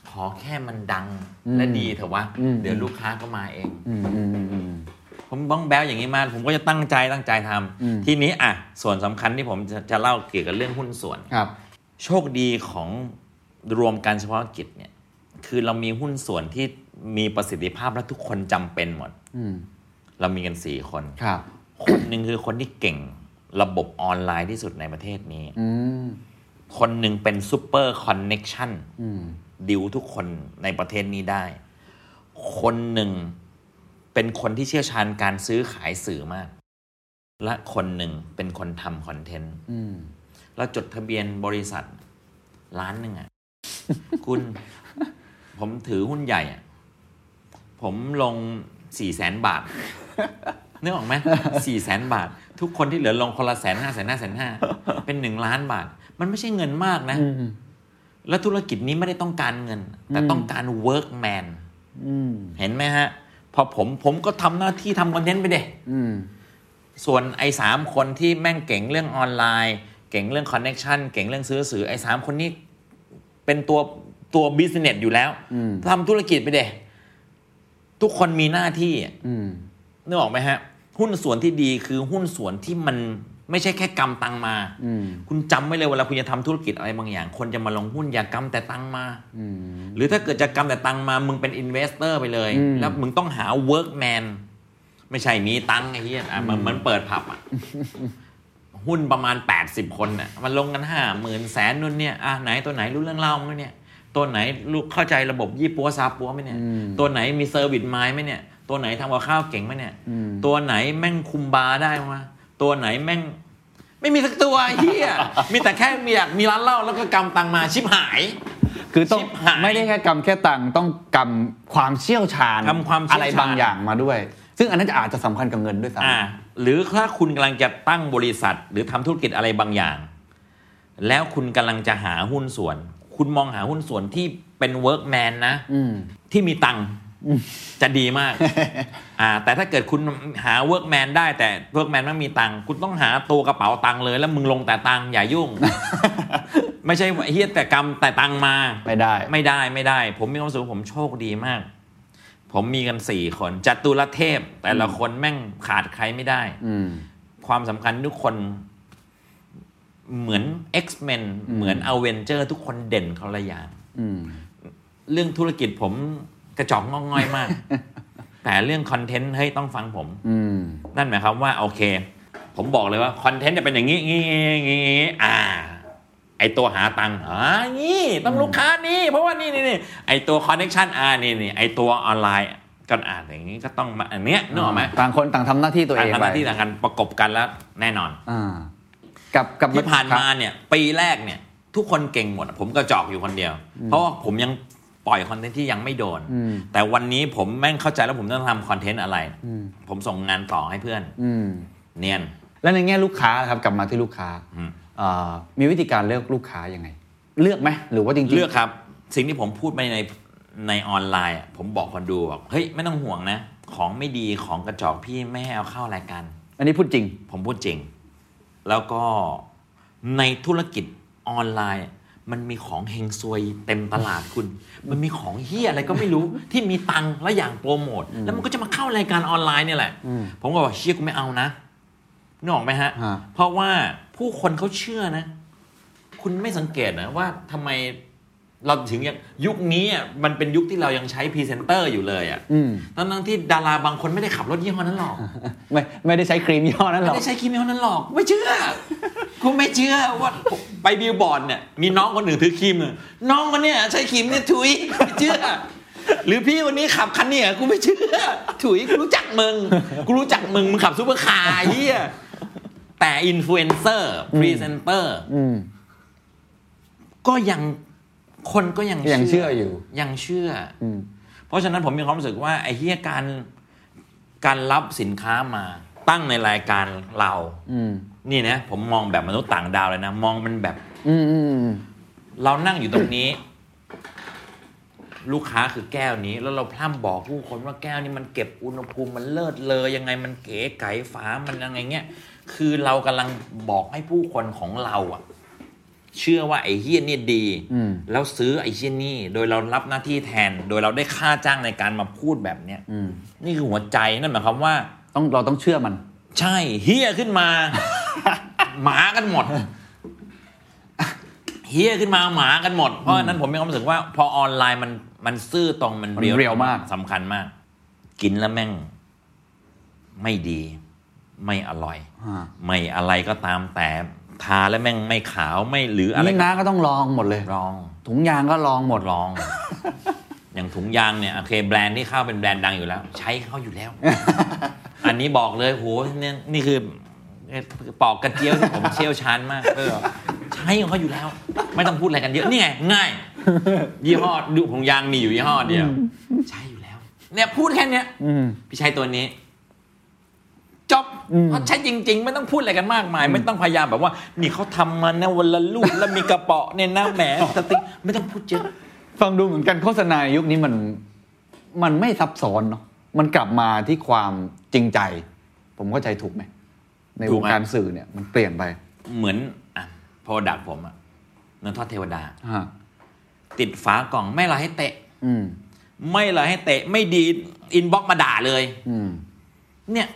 [SPEAKER 5] ขอแค่มันดังและดีเถอะวะเดี๋ยวลูกค้าก็มาเองผมบ้องแบ้วอย่างนี้มากผมก็จะตั้งใจตั้งใจทำทีนี้อ่ะส่วนสำคัญที่ผมจะจะเล่าเกี่ยวกับเรื่องหุ้นส่วน
[SPEAKER 7] ครับ
[SPEAKER 5] โชคดีของรวมการเฉพาะกิจเนี่ย คือเรามีหุ้นส่วนที่มีประสิทธิภาพและทุกคนจำเป็นหมดเรามีกันสี่คน
[SPEAKER 7] ครับ
[SPEAKER 5] คนหนึ่งคือคนที่เก่งระบบออนไลน์ที่สุดในประเทศนี้คนหนึ่งเป็นซูเปอร์คอนเน็กชันดิวทุกคนในประเทศนี้ได้ คนหนึ่งเป็นคนที่เชี่ยวชาญการซื้อขายสื่อมาก และคนหนึ่งเป็นคนทำคอนเทนต์แล้วจดทะเบียนบริษัทล้านหนึ่งอะ่ะ คุณ ผมถือหุ้นใหญ่อะ่ะ ผมลงสี่แสนบา ท นึกออกไหม สี่แสนบาท ทุกคนที่เหลือลงคนละแสนห้าแสนห้าแสนห้าเป็นหนึ่งล้านบาท มันไม่ใช่เงินมากนะ แล้วธุรกิจนี้ไม่ได้ต้องการเงิน แต่ต้องการ workman เห็นไหมฮะ พอผมผมก็ทำหน้าที่ทำคอนเทนต์ไปเด็ส่วนไอ้สามคนที่แม่งเก่งเรื่องออนไลน์ เก่งเรื่องคอนเน็ชันเก่งเรื่องซื้อสื่อไอ้สามคนนี้ เป็นตัวตัวบิสเนสอยู่แล้วทำธุรกิจไปเด็ทุกคนมีหน้าที่อะ นึกออกไหมฮะ หุ้นส่วนที่ดีคือหุ้นส่วนที่มันไม่ใช่แค่กำตังมา คุณจำไว้เลยเวลาคุณจะทำธุรกิจอะไรบางอย่าง คนจะมาลงหุ้นอย่ากำแต่ตังมาหรือถ้าเกิดจะกำแต่ตังมา มึงเป็นอินเวสเตอร์ไปเลย แล้วมึงต้องหาเวิร์กแมนไม่ใช่มีตังไอ้เหี้ยอ่ะมันเหมือนเปิดผับอ่ะ หุ้นประมาณ 80 คนน่ะมันลงกันห้าหมื่นแสนนู่นเนี่ยอ่ะไหนตัวไหนรู้เรื่องเล่าไหมเนี่ย ตัวไหนรู้เข้าใจระบบยี่ปัวซาปัวไหมเนี่ย ตัวไหนมีเซอร์วิสไม้ไหมเนี่ย ตัวไหนทำกับข้าวเก่งไหมเนี่ย ตัวไหนแม่งคุมบาร์ได้มาตัวไหนแม่ง ไม่มีสักตัวไอ้เฮียมีแต่แค่มีอยากมีร้านเหล้าแล้วก็กำตังมาชิบหาย
[SPEAKER 7] คือต้อง
[SPEAKER 5] ชิบหาย
[SPEAKER 7] ไม่ได้แค่กรรมแค่ตังค์ต้องกรรมความเชี่ยวชาญ
[SPEAKER 5] กรรมความเชี่ยวชาญ
[SPEAKER 7] อะไรบางอย่างมาด้วย ซึ่งอันนั้นจะอาจจะสำคัญกับเงินด้วยซ้
[SPEAKER 5] อ่าหรือถ้าคุณกำลังจะตั้งบริษัท หรือทำธุรกิจอะไรบางอย่าง แล้วคุณกำลังจะหาหุ้นส่วน คุณมองหาหุ้นส่วนที่เป็นเวิร์กแมนนะที่มีตังค์จะดีมาก อ่า แต่ถ้าเกิดคุณหาเวิร์กแมนได้แต่เวิร์กแมนไม่มีตังค์คุณต้องหาตัวกระเป๋าตังค์เลย แล้วมึงลงแต่ตังค์อย่า ยุ่ง ไม่ใช่ว่าเฮียแต่กรรมแต่ตังค์มา
[SPEAKER 7] ำไม่ได้
[SPEAKER 5] ไม่ได้ไม่ได้ ผมมีความรู้สึกว่าผมโชคดีมาก ผมมีกันสี่คนจัตุรเทพ แต่ละคนแม่งขาดใครไม่ได้
[SPEAKER 7] อืม
[SPEAKER 5] ความสำคัญทุกคนเหมือน X-Men เหมือนอเวนเจอร์ทุกคนเด่นคนละอย่าง
[SPEAKER 7] อืม
[SPEAKER 5] เรื่องธุรกิจผมกระจอกงอกง่อยมาก แต่เรื่องคอนเทนต์เฮ้ยต้องฟังผม
[SPEAKER 7] อืม
[SPEAKER 5] นั่นหมายความว่าโอเค ผมบอกเลยว่าคอนเทนต์จะเป็นอย่างนี้งี้งี้งี้อ่า ไอตัวหาตังค์อ่านี่ต้องลูกค้านี่เพราะว่านี่นี่นี่ไอตัวคอนเน็ชันอ่านี่นี่ไอตัวออนไลน์ก็อ่านอย่างนี้ก็ต้องมาอันเนี้ยนึกออกไหม
[SPEAKER 7] ต่างคนต่างทำหน้าที่ตัว
[SPEAKER 5] การ
[SPEAKER 7] เอง
[SPEAKER 5] ทำหน้าที่ต่างกันประกบกันแล้วแน่นอน
[SPEAKER 7] อ่ากับกับ
[SPEAKER 5] ที่ผ่านมาเนี่ยปีแรกเนี่ย ทุกคนเก่งหมดอะผมก็จอกอยู่คนเดียว เพราะว่าผมยังปล่อยคอนเทนต์ที่ยังไม่โดน
[SPEAKER 7] อืม
[SPEAKER 5] แต่วันนี้ผมแม่งเข้าใจแล้วผมต้องทำคอนเทนต์อะไร
[SPEAKER 7] อืม
[SPEAKER 5] ผมส่งงานต่อให้เพื่อน
[SPEAKER 7] อืม
[SPEAKER 5] เนียน
[SPEAKER 7] แล้วในแง่ลูกค้านะครับกลับมาที่ลูกค้า
[SPEAKER 5] อืม
[SPEAKER 7] เอ่อมีวิธีการเลือกลูกค้ายังไง เลือกไหมหรือว่าจริงๆ
[SPEAKER 5] เลือกครับ สิ่งที่ผมพูดไปในในออนไลน์อะผมบอกคนดูบอกเฮ้ยไม่ต้องห่วงนะ ของไม่ดีของกระจอกพี่ไม่ให้เอาเข้ารายการ
[SPEAKER 7] อันนี้พูดจริง
[SPEAKER 5] ผมพูดจริง แล้วก็ในธุรกิจออนไลน์ มันมีของเฮงซวยเต็มตลาดคุณ มันมีของเฮียอะไรก็ไม่รู้ ที่มีตังค์และอย่างโปรโมท แล้วมันก็จะมาเข้ารายการออนไลน์เนี่ยแหละ
[SPEAKER 7] อืม
[SPEAKER 5] ผมก็บอกเชี่ยกูไม่เอานะนึกออกไหมฮะ
[SPEAKER 7] ฮะ
[SPEAKER 5] เพราะว่าผู้คนเขาเชื่อนะ คุณไม่สังเกตนะว่าทำไมเราถึงยังยุคนี้อ่ะมันเป็นยุคที่เรายังใช้พรีเซนเตอร์อยู่เลยอ่ะ
[SPEAKER 7] อืม
[SPEAKER 5] ทั้งๆที่ดาราบางคนไม่ได้ขับรถยี่ห้อนั้นหรอก
[SPEAKER 7] ไม่ไม่ได้ใช้ครีมยี่ห้อนั้นหร
[SPEAKER 5] ไม่
[SPEAKER 7] อก
[SPEAKER 5] ได้ใช้ครีมเท่านั้นหรอก ไม่เชื่อ กูไม่เชื่อว่าไปบิลบอร์ดเนี่ยมีน้องคนหนึ่งถือครีมเนี่ยน้องคนเนี้ยใช้ครีมเนี่ยถุยไม่เชื่อ หรือพี่วันนี้ขับคันเนี่ยกูไม่เชื่อ ถุยกูรู้จักมึงกูรู้จักมึงมึงขับซูเปอร์คาร์เฮียแต่อินฟลูเอนเซอร์พรีเซนเตอร์
[SPEAKER 7] อืม
[SPEAKER 5] ก็ยังคนก็ยัง
[SPEAKER 7] ยังเชื่ออยู่
[SPEAKER 5] ยังเชื่ออ
[SPEAKER 7] อืม
[SPEAKER 5] เพราะฉะนั้นผมมีความรู้สึกว่าไอ้เฮียการการรับสินค้ามาตั้งในรายการเรา
[SPEAKER 7] อืม
[SPEAKER 5] นี่นะผมมองแบบมนุษย์ต่างดาวเลยนะ มองมันแบบ
[SPEAKER 7] อืมอืมอืม
[SPEAKER 5] เรานั่งอยู่ตรงนี้ ลูกค้าคือแก้วนี้ แล้วเราพร่ำบอกผู้คนว่าแก้วนี้มันเก็บอุณหภูมิมันเลิศเลยยังไงมันเก๋ไก๋ฝามันยังไงเงี้ยคือเรากำลังบอกให้ผู้คนของเราอะเชื่อว่าไอ้เฮี้ยนี่ดี
[SPEAKER 7] อืม
[SPEAKER 5] แล้วซื้อไอ้เฮี้ยนี่ โดยเรารับหน้าที่แทน โดยเราได้ค่าจ้างในการมาพูดแบบเนี้ย
[SPEAKER 7] อืม
[SPEAKER 5] นี่คือหัวใจนั่นหมายความว่า
[SPEAKER 7] ต้องเราต้องเชื่อมัน
[SPEAKER 5] ใช่เฮี้ย ขึ้นมา หมากันหมดเฮี้ยขึ้นมาหมากันหมด เพราะฉะนั้นผมมีความรู้สึกว่า พอออนไลน์มันมันซื่อตรงมัน
[SPEAKER 7] มัน
[SPEAKER 5] เรี
[SPEAKER 7] เรียวมาก
[SPEAKER 5] สำคัญมาก กินแล้วแม่ง ไม่ดี ไม่อร่อย
[SPEAKER 7] อ่า
[SPEAKER 5] ไม่อะไรก็ตามแต่ทาแล้วแม่งไม่ขาวไม่หรืออะไร
[SPEAKER 7] นี่
[SPEAKER 5] ก็
[SPEAKER 7] น้าก็ต้องลองหมดเลย
[SPEAKER 5] รอง
[SPEAKER 7] ถุงยางก็ลองหมด
[SPEAKER 5] ลอง อย่างถุงยางเนี่ยโอเคแบรนด์ที่เข้าเป็นแบรนด์ดังอยู่แล้ว ใช้เข้าอยู่แล้ว อันนี้บอกเลยโหเนี่ยนี่คือปอกกระเจียวที่ผมเชี่ยวชาญมากเออใช้ของเขาอยู่แล้ว ไม่ต้องพูดอะไรกันเยอะนี่ไงง่าย ยี่ห้อดูถุงยางมีอยู่ยี่ห้อเดียว ใช้อยู่แล้ว เนี่ยพูดแค่เนี้ย
[SPEAKER 7] อืม
[SPEAKER 5] พี่ใช้ตัวนี้ จบ
[SPEAKER 7] อืม
[SPEAKER 5] เพราะใช้จริง ๆ ไม่ต้องพูดอะไรกันมากมาย ไม่ต้องพยายามแบบว่า นี่เขาทำมานะวันละลูกแล้วมีกระเป๋อเนี่ยนะแหมสติกไม่ต้องพูดเยอะ
[SPEAKER 7] ฟังดูเหมือนกันโฆษณายุคนี้มันมันไม่ซับซ้อนเนาะมันกลับมาที่ความจริงใจ ผมเข้าใจถูกไหมใน
[SPEAKER 5] ถู
[SPEAKER 7] ว
[SPEAKER 5] ก
[SPEAKER 7] ง
[SPEAKER 5] ไหม
[SPEAKER 7] การสื่อเนี่ยมันเปลี่ยนไป
[SPEAKER 5] เหมือนอ่ะพอดักผมอะเนื้อทอดเทวดา
[SPEAKER 7] ฮะ
[SPEAKER 5] ติดฝากล่องไม่ละให้เตะ
[SPEAKER 7] อืม
[SPEAKER 5] ไม่ละให้เตะ ไม่ดีอินบ็อกมาด่าเลย
[SPEAKER 7] อืม
[SPEAKER 5] เนี่ย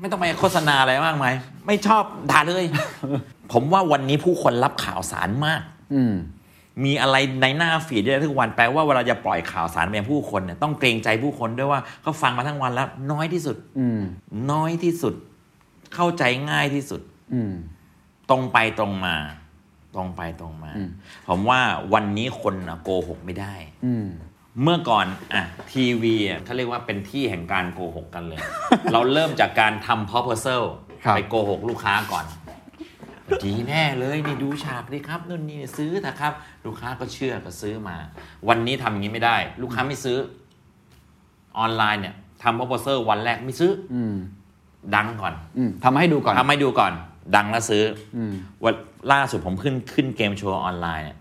[SPEAKER 5] ไม่ต้องไปโฆษณาอะไรมากมายไม่ชอบด่า เลย ผมว่าวันนี้ผู้คนรับข่าวสารมาก
[SPEAKER 7] อืม
[SPEAKER 5] มีอะไรในหน้าฟีดได้ทุกวันแปลว่าเวลาจะปล่อยข่าวสารไปยังผู้คนเนี่ยต้องเกรงใจผู้คนด้วยว่าเขาฟังมาทั้งวันแล้ว น้อยที่สุด
[SPEAKER 7] อืม
[SPEAKER 5] น้อยที่สุด เข้าใจง่ายที่สุด
[SPEAKER 7] อืม
[SPEAKER 5] ตรงไปตรงมา ตรงไปตรงมา
[SPEAKER 7] อืม
[SPEAKER 5] ผมว่าวันนี้คนน่ะโกหกไม่ได้
[SPEAKER 7] อืม
[SPEAKER 5] เมื่อก่อนอ่ะทีวีอ่ะเขาเรียกว่าเป็นที่แห่งการโกหกกันเลย เราเริ่มจากการทำ proposal
[SPEAKER 7] ครับ
[SPEAKER 5] ไปโกหกลูกค้าก่อน ดีแน่เลยนี่ดูฉากดิครับนู่นนี่ซื้อเถอะครับ ลูกค้าก็เชื่อก็ซื้อมา วันนี้ทำอย่างนี้ไม่ได้ ลูกค้าไม่ซื้อออนไลน์เนี่ยทำ proposal วันแรกไม่ซื้อ
[SPEAKER 7] อืม
[SPEAKER 5] ดังก่อน
[SPEAKER 7] อืมทำให้ดูก่อน
[SPEAKER 5] ทำให้ดูก่อน ดังแล้วซื้อ
[SPEAKER 7] อืม
[SPEAKER 5] ว่าล่าสุดผมขึ้นขึ้นเกมโชว์ออนไลน์อะ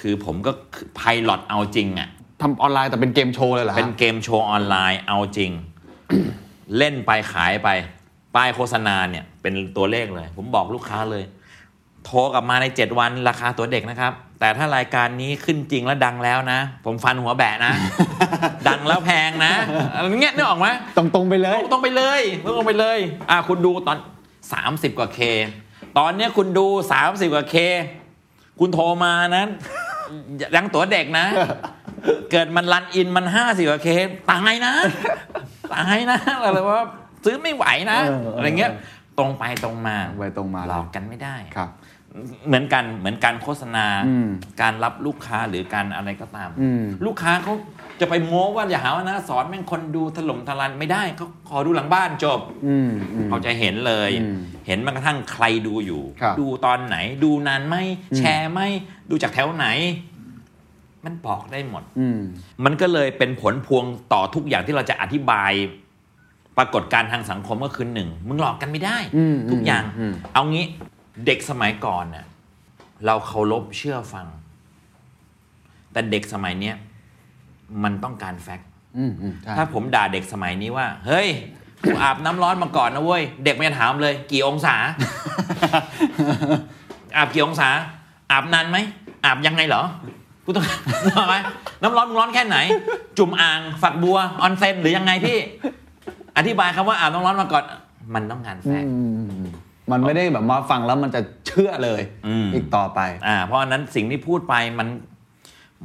[SPEAKER 5] คือผมก็ไพลอตเอาจริงอ่ะ
[SPEAKER 7] ทำออนไลน์แต่เป็นเกมโชว์เลยเหรอฮะ
[SPEAKER 5] เป็นเกมโชว์ออนไลน์เอาจริง เล่นไปขายไป ป้ายโฆษณาเนี่ย เป็นตัวเลขเลย ผมบอกลูกค้าเลย โทรกลับมาใน 7 วันราคาตัวเด็กนะครับ แต่ถ้ารายการนี้ขึ้นจริงและดังแล้วนะ ผมฟันหัวแบะ นะ ดังแล้วแพงนะอะไรเงี้ยนึกออกไหม
[SPEAKER 7] ตรงตรงๆไปเลย
[SPEAKER 5] ต้องไปเลยต้องไปเลย อ่ะคุณดูตอน 30 กว่าเค ตอนเนี้ยคุณดู 30 กว่าเค คุณโทรมานั้น ยังตัวเด็กนะ เกิดมันรันอินมัน 50 กว่าเคตายนะ ตายนะอะไรว่าซื้อไม่ไหวนะ
[SPEAKER 7] เออเอออ
[SPEAKER 5] อะไรเงี้ยตรงไปตรงมา
[SPEAKER 7] ตรงไปตรงมา
[SPEAKER 5] หลอกกันไม่ได้
[SPEAKER 7] ครับ
[SPEAKER 5] เหมือนกันเหมือนการโฆษณา
[SPEAKER 7] อืม
[SPEAKER 5] การรับลูกค้าหรือการอะไรก็ตาม
[SPEAKER 7] อืม
[SPEAKER 5] ลูกค้าเขาจะไปโม้ว่าอย่าหาว่านะสอนแม่งคนดูถล่มทลายไม่ได้เขาขอดูหลังบ้านจบ
[SPEAKER 7] อืมอืม
[SPEAKER 5] เขาจะเห็นเลย
[SPEAKER 7] อืม
[SPEAKER 5] เห็นแม้กระทั่งใครดูอยู่
[SPEAKER 7] ครับ
[SPEAKER 5] ดูตอนไหน ดูนานไหม
[SPEAKER 7] อืม
[SPEAKER 5] แชร์ไหมดูจากแถวไหน มันบอกได้หมด
[SPEAKER 7] อืม
[SPEAKER 5] มันก็เลยเป็นผลพวงต่อทุกอย่างที่เราจะอธิบาย ปรากฏการณ์ทางสังคมก็คือหนึ่งมึงหลอกกันไม่ได้
[SPEAKER 7] อืม
[SPEAKER 5] ทุกอย่าง
[SPEAKER 7] อืม
[SPEAKER 5] เอางี้เด็กสมัยก่อนน่ะเราเคารพเชื่อฟัง แต่เด็กสมัยเนี้ยมันต้องการแฟกต์
[SPEAKER 7] อืมอืมใช่
[SPEAKER 5] ถ้าผมด่าเด็กสมัยนี้ว่า เฮ้ยกูอาบน้ำร้อนมาก่อนนะเว้ย เด็กมันจะถามเลย กี่อง ศา อาบกี่องศา อาบนานไหม อาบยังไงเหรอ กูต้อง ร้อนไหมน้ำร้อนมึงร้อนแค่ไหน จุ่มอ่างฝักบัวออนเซ็นหรือยังไงพี่ อธิบายคำว่าอาบน้ำร้อนมาก่อน มันต้องงานแฟก
[SPEAKER 7] อืมอืมมันไม่ได้แบบมาฟังแล้วมันจะเชื่อเลย
[SPEAKER 5] อืม
[SPEAKER 7] กต่อไป
[SPEAKER 5] อ่าเพราะฉะนั้นสิ่งที่พูดไปมัน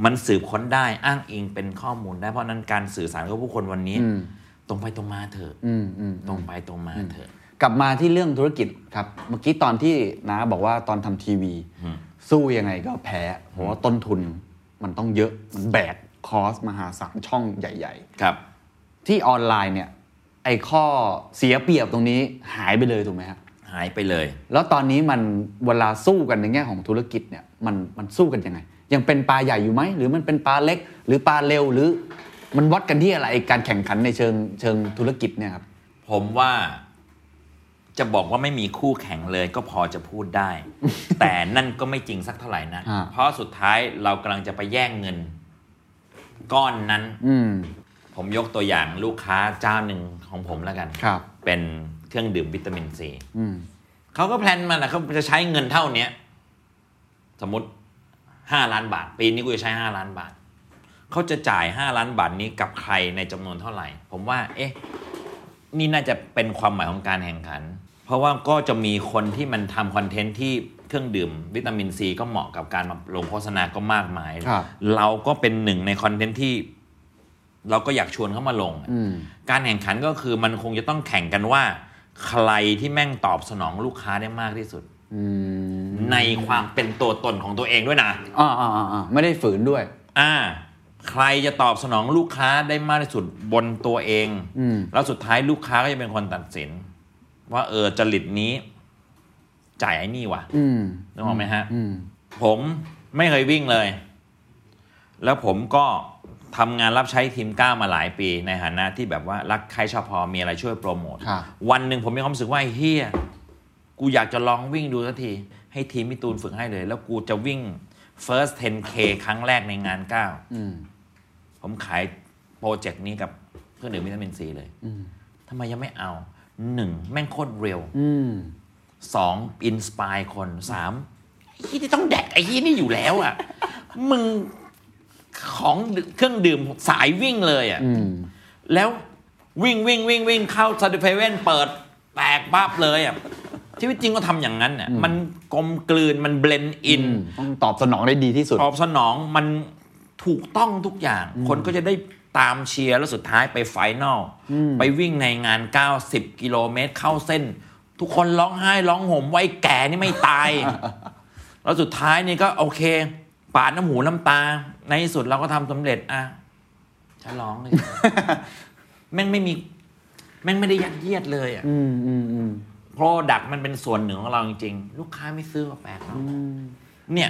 [SPEAKER 5] มันสืบค้นได้อ้างอิงเป็นข้อมูลได้ เพราะฉะนั้นการสื่อสารกับผู้คนวันนี้
[SPEAKER 7] อืม
[SPEAKER 5] ตรงไปตรงมาเถอะ
[SPEAKER 7] อืมอืม
[SPEAKER 5] ตรงไปตรงมาเถอะ
[SPEAKER 7] กลับมาที่เรื่องธุรกิจครับ เมื่อกี้ตอนที่น้าบอกว่าตอนทำทีวี สู้ยังไงก็แพ้ เพราะว่าต้นทุนมันต้องเยอะ มันแบกคอสมหาศาลช่องใหญ่
[SPEAKER 5] ครับ
[SPEAKER 7] ๆ ที่ออนไลน์เนี่ย ไอข้อเสียเปรียบตรงนี้หายไปเลยถูกไหมฮะ
[SPEAKER 5] หายไปเลย
[SPEAKER 7] แล้วตอนนี้มันเวลาสู้กันในแง่ของธุรกิจเนี่ยมันมันสู้กันยังไง ยังเป็นปลาใหญ่อยู่ไหมหรือมันเป็นปลาเล็ก หรือปลาเร็วหรือ มันวัดกันที่อะไรไอ้การแข่งขันในเชิงเชิงธุรกิจเนี่ยครับ
[SPEAKER 5] ผมว่าจะบอกว่าไม่มีคู่แข่งเลยก็พอจะพูด ได้ แต่นั่นก็ไม่จริงสักเท่าไหร่นะ
[SPEAKER 7] อ่า
[SPEAKER 5] เพราะสุดท้ายเรากำลังจะไปแย่งเงิน ก้อนนั้น
[SPEAKER 7] อืม
[SPEAKER 5] ผมยกตัวอย่างลูกค้าเจ้าหนึ่งของผมแล้วกัน
[SPEAKER 7] ครับ
[SPEAKER 5] เป็นเครื่องดื่มวิตามินซี
[SPEAKER 7] อืม
[SPEAKER 5] เขาก็แพลนมานะเขาจะใช้เงินเท่าเนี้ย สมมติห้าล้านบาท ปีนี้กูจะใช้ห้าล้านบาท เขาจะจ่ายห้าล้านบาทนี้กับใครในจำนวนเท่าไหร่ ผมว่า เอ๊ะ นี่น่าจะเป็นความหมายของการแข่งขัน เพราะว่าก็จะมีคนที่มันทำคอนเทนต์ที่เครื่องดื่ม วิตามินซีก็เหมาะกับการมาลงโฆษณาก็มากมาย
[SPEAKER 7] ครับ
[SPEAKER 5] เราก็เป็นหนึ่งในคอนเทนต์ที่ เราก็อยากชวนเขามาลง
[SPEAKER 7] อืม
[SPEAKER 5] การแข่งขันก็คือมันคงจะต้องแข่งกันว่า ใครที่แม่งตอบสนองลูกค้าได้มากที่สุด
[SPEAKER 7] อืม
[SPEAKER 5] ในความเป็นตัวตนของตัวเองด้วยนะ
[SPEAKER 7] อ่าอ่าอ่าอ่าไม่ได้ฝืนด้วย
[SPEAKER 5] อ่า ใครจะตอบสนองลูกค้าได้มากที่สุดบนตัวเอง
[SPEAKER 7] อืม
[SPEAKER 5] แล้วสุดท้ายลูกค้าก็จะเป็นคนตัดสิน ว่าเออจริตนี้ จ่ายไอ้นี่ว่ะ
[SPEAKER 7] อืม
[SPEAKER 5] นึกออกไหมฮะ
[SPEAKER 7] อืม
[SPEAKER 5] ผมไม่เคยวิ่งเลย แล้วผมก็ทำงานรับใช้ทีมก้าวมาหลายปีในฐานะที่แบบว่ารักใครชอบพอมีอะไรช่วยโปรโมท
[SPEAKER 7] ครับ
[SPEAKER 5] วันหนึ่งผมมีความรู้สึกว่าไอ้เฮียกูอยากจะลองวิ่งดูสักที ให้ทีมพี่ตูนฝึกให้เลย แล้วกูจะวิ่ง first 10k ครั้งแรกในงานก้าว
[SPEAKER 7] อืม
[SPEAKER 5] ผมขายโปรเจกต์นี้กับเครื่องดื่มวิตามินซีเลย
[SPEAKER 7] อืม
[SPEAKER 5] ทำไมยังไม่เอาหนึ่งแม่งโคตรเร็ว
[SPEAKER 7] อืม
[SPEAKER 5] สองอินสปายคนสามไอ้ที่ที่ต้องแดกไอ้ที่นี่อยู่แล้วอ่ะ มึงของเครื่องดื่มสายวิ่งเลยอ่ะ
[SPEAKER 7] อืม
[SPEAKER 5] แล้ววิ่งวิ่งวิ่งวิ่งเข้าซาดิเฟเว่นเปิดแตกบ้าบเลยอ่ะชีวิตจริงก็ทำอย่างนั้นอ่ะมันกลมกลืนมันเบลนอิน
[SPEAKER 7] ต้องตอบสนองได้ดีที่สุด
[SPEAKER 5] ตอบสนองมันถูกต้องทุกอย่าง คนก็จะได้ตามเชียร์แล้วสุดท้ายไปไฟนอลไปวิ่งในงาน 90 กิโลเมตรเข้าเส้น ทุกคนร้องไห้ร้องห่มไว้แก่นี่ไม่ตาย แล้วสุดท้ายนี่ก็โอเค ปาดน้ำหูน้ำตา ในที่สุดเราก็ทำสำเร็จอ่ะฉลอง เลย แม่งไม่มี แม่งไม่ได้ยัดเยียดเลยอ่ะ
[SPEAKER 7] อืมอืมอืม
[SPEAKER 5] โปรดักมันเป็นส่วนหนึ่งของเราจริงๆ ลูกค้าไม่ซื้อก็แปลกเราเนี่ย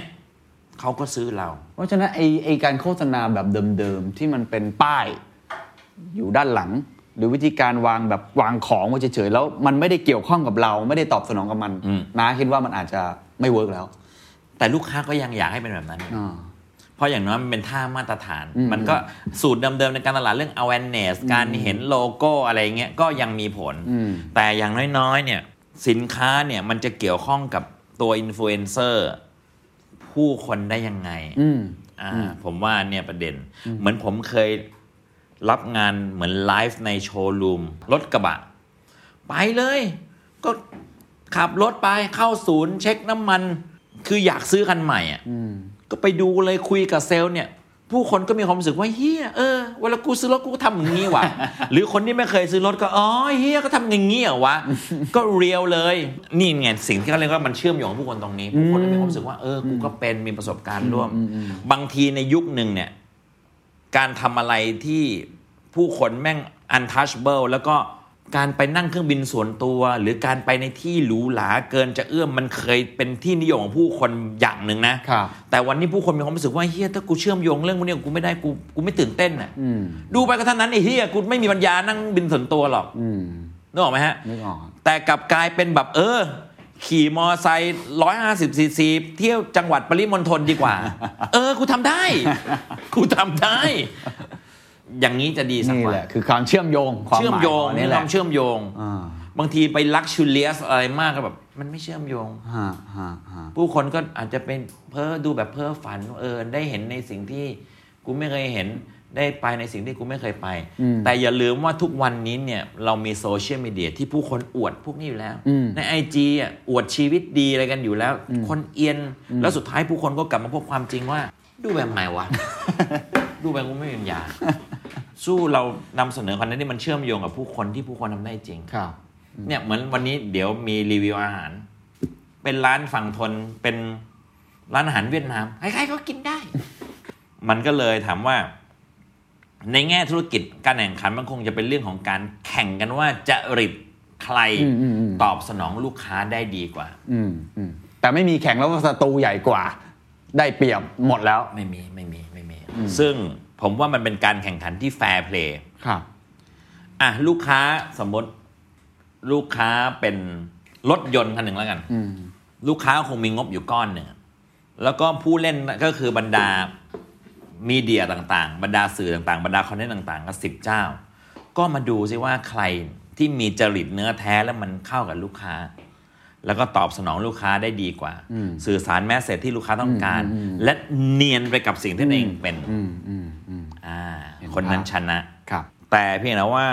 [SPEAKER 5] เขาก็ซื้อเรา
[SPEAKER 7] เพราะฉะนั้นไอไอการโฆษณาแบบเดิมๆ ที่มันเป็นป้าย อยู่ด้านหลัง หรือวิธีการวางแบบวางของไว้เฉยๆ แล้วมันไม่ได้เกี่ยวข้องกับเรา ไม่ได้ตอบสนองกับมัน
[SPEAKER 5] อืม
[SPEAKER 7] น้าคิดว่ามันอาจจะไม่เวิร์กแล้ว
[SPEAKER 5] แต่ลูกค้าก็ยังอยากให้เป็นแบบนั้น
[SPEAKER 7] อ่า
[SPEAKER 5] เพราะอย่างน้อยมันเป็นท่ามาตรฐาน
[SPEAKER 7] อืม
[SPEAKER 5] มันก็สูตรเดิมๆในการตลาดเรื่อง awareness การเห็นโลโก้อะไรเงี้ยก็ยังมีผล
[SPEAKER 7] อืม
[SPEAKER 5] แต่อย่างน้อยๆเนี่ยสินค้าเนี่ยมันจะเกี่ยวข้องกับตัวอินฟลูเอนเซอร์ผู้คนได้ยังไง
[SPEAKER 7] อืม
[SPEAKER 5] อ่าผมว่าเนี่ยประเด็น เหมือนผมเคยรับงานเหมือนไลฟ์ในโชว์รูมรถกระบะ ไปเลย ก็ขับรถไปเข้าศูนย์เช็คน้ำมัน คืออยากซื้อคันใหม่อ่ะ
[SPEAKER 7] อืม
[SPEAKER 5] ก็ไปดูเลยคุยกับเซลล์เนี่ย ผู้คนก็มีความรู้สึกว่าเฮียเออเวลากูซื้อรถกูก็ทำอย่างนี้ ว่ะ หรือคนที่ไม่เคยซื้อรถก็อ๋อเฮียก็ทำอย่างนี้เหรอ วะ ก็เรียวเลย นี่ไงสิ่งที่เขาเรียกว่ามันเชื่อมโยงผู้คนตรงนี้ผู้คนก็มีความรู้สึกว่าเออกูก็เป็นมีประสบการณ์ร่วม บางทีในยุคหนึ่งเนี่ย การทำอะไรที่ผู้คนแม่ง untouchable แล้วก็การไปนั่งเครื่องบินส่วนตัว หรือการไปในที่หรูหราเกินจะเอื้อมมันเคยเป็นที่นิยมของผู้คนอย่างหนึ่งนะครับ แต่วันนี้ผู้คนมีความรู้สึกว่าเฮียถ้ากูเชื่อมโยงเรื่องพวกนี้กับกูไม่ได้กูกูไม่ตื่นเต้นอ่ะดูไปก็เท่านั้นไอ้เฮียกูไม่มีปัญญานั่งบินส่วนตัวหรอก
[SPEAKER 7] อืม
[SPEAKER 5] นึกออกไหมฮะ
[SPEAKER 7] นึกออก
[SPEAKER 5] แต่กลับกลายเป็นแบบเออ ขี่มอไซค์ร้อยห้าสิบซีซีเที่ยวจังหวัดปริมณฑลดี กว่า เออกูทำได้ กูทำได้ อย่างนี้จะดีสัก
[SPEAKER 7] นี่
[SPEAKER 5] ก
[SPEAKER 7] แห
[SPEAKER 5] ว่า
[SPEAKER 7] ละคือความเชื่อมโยงความห
[SPEAKER 5] เชื่อม
[SPEAKER 7] มาย
[SPEAKER 5] โยง
[SPEAKER 7] ของ
[SPEAKER 5] มี
[SPEAKER 7] นี่แห
[SPEAKER 5] ค
[SPEAKER 7] ละ
[SPEAKER 5] วามเชื่อมโยง
[SPEAKER 7] อ่า
[SPEAKER 5] บางทีไปลักชูเลียสอะไรมากก็แบบ มันไม่เชื่อมโยง
[SPEAKER 7] ฮะฮะฮะ
[SPEAKER 5] ผู้คนก็อาจจะเป็นเพ้อดูแบบเพ้อฝันเออได้เห็นในสิ่งที่กูไม่เคยเห็นได้ไปในสิ่งที่กูไม่เคยไป แต่อย่าลืมว่าทุกวันนี้เนี่ยเรามีโซเชียลมีเดียที่ผู้คนอวดพวกนี้อยู่แล้ว ในไอจีอ่ะอวดชีวิตดีอะไรกันอยู่แล้ว คนเอียน แล้วสุดท้ายผู้คนก็กลับมาพบความจริงว่า ดูแบบไหน วะ ดูแบบกูไม่มีปัญญาสู้เรานำเสนอคอนเทนต์ที่มันเชื่อมโยงกับผู้คนที่ผู้คนทำได้จริง
[SPEAKER 7] ครับ
[SPEAKER 5] เนี่ยเหมือนวันนี้เดี๋ยวมีรีวิวอาหาร เป็นร้านฝั่งทนเป็นร้านอาหารเวียดนามใครๆก็กินได้ มันก็เลยถามว่า ในแง่ธุรกิจการแข่งขันมันคงจะเป็นเรื่องของการแข่งกันว่าจะริดใคร
[SPEAKER 7] อืมอืมอืม
[SPEAKER 5] ตอบสนองลูกค้าได้ดีกว่า
[SPEAKER 7] อืมอืมแต่ไม่มีแข่งแล้วก็ศัตรูใหญ่กว่า ได้เปรียบหมดแล้ว
[SPEAKER 5] ไม่มีไม่มีไม่มี ซึ่งผมว่ามันเป็นการแข่งขันที่แฟร์เพลย์
[SPEAKER 7] ครับ
[SPEAKER 5] อ่ะลูกค้าสมมติลูกค้าเป็นรถยนต์คันหนึ่งแล้วกันลูกค้าคงมีงบอยู่ก้อนหนึ่งแล้วก็ผู้เล่นก็คือบรรดามีเดียต่างๆ บรรดาสื่อต่างๆ บรรดาคอนเทนต์ต่างๆ ก็สิบเจ้า ก็มาดูซิว่าใครที่มีจริตเนื้อแท้แล้วมันเข้ากับลูกค้า แล้วก็ตอบสนองลูกค้าได้ดีกว่า สื่อสารแมสเซจที่ลูกค้าต้องการ และเนียนไปกับสิ่งที่ตัวเองเป็นอ่าคนนั้นชนะ
[SPEAKER 7] ครับ
[SPEAKER 5] แต่เพียงแต่ว่า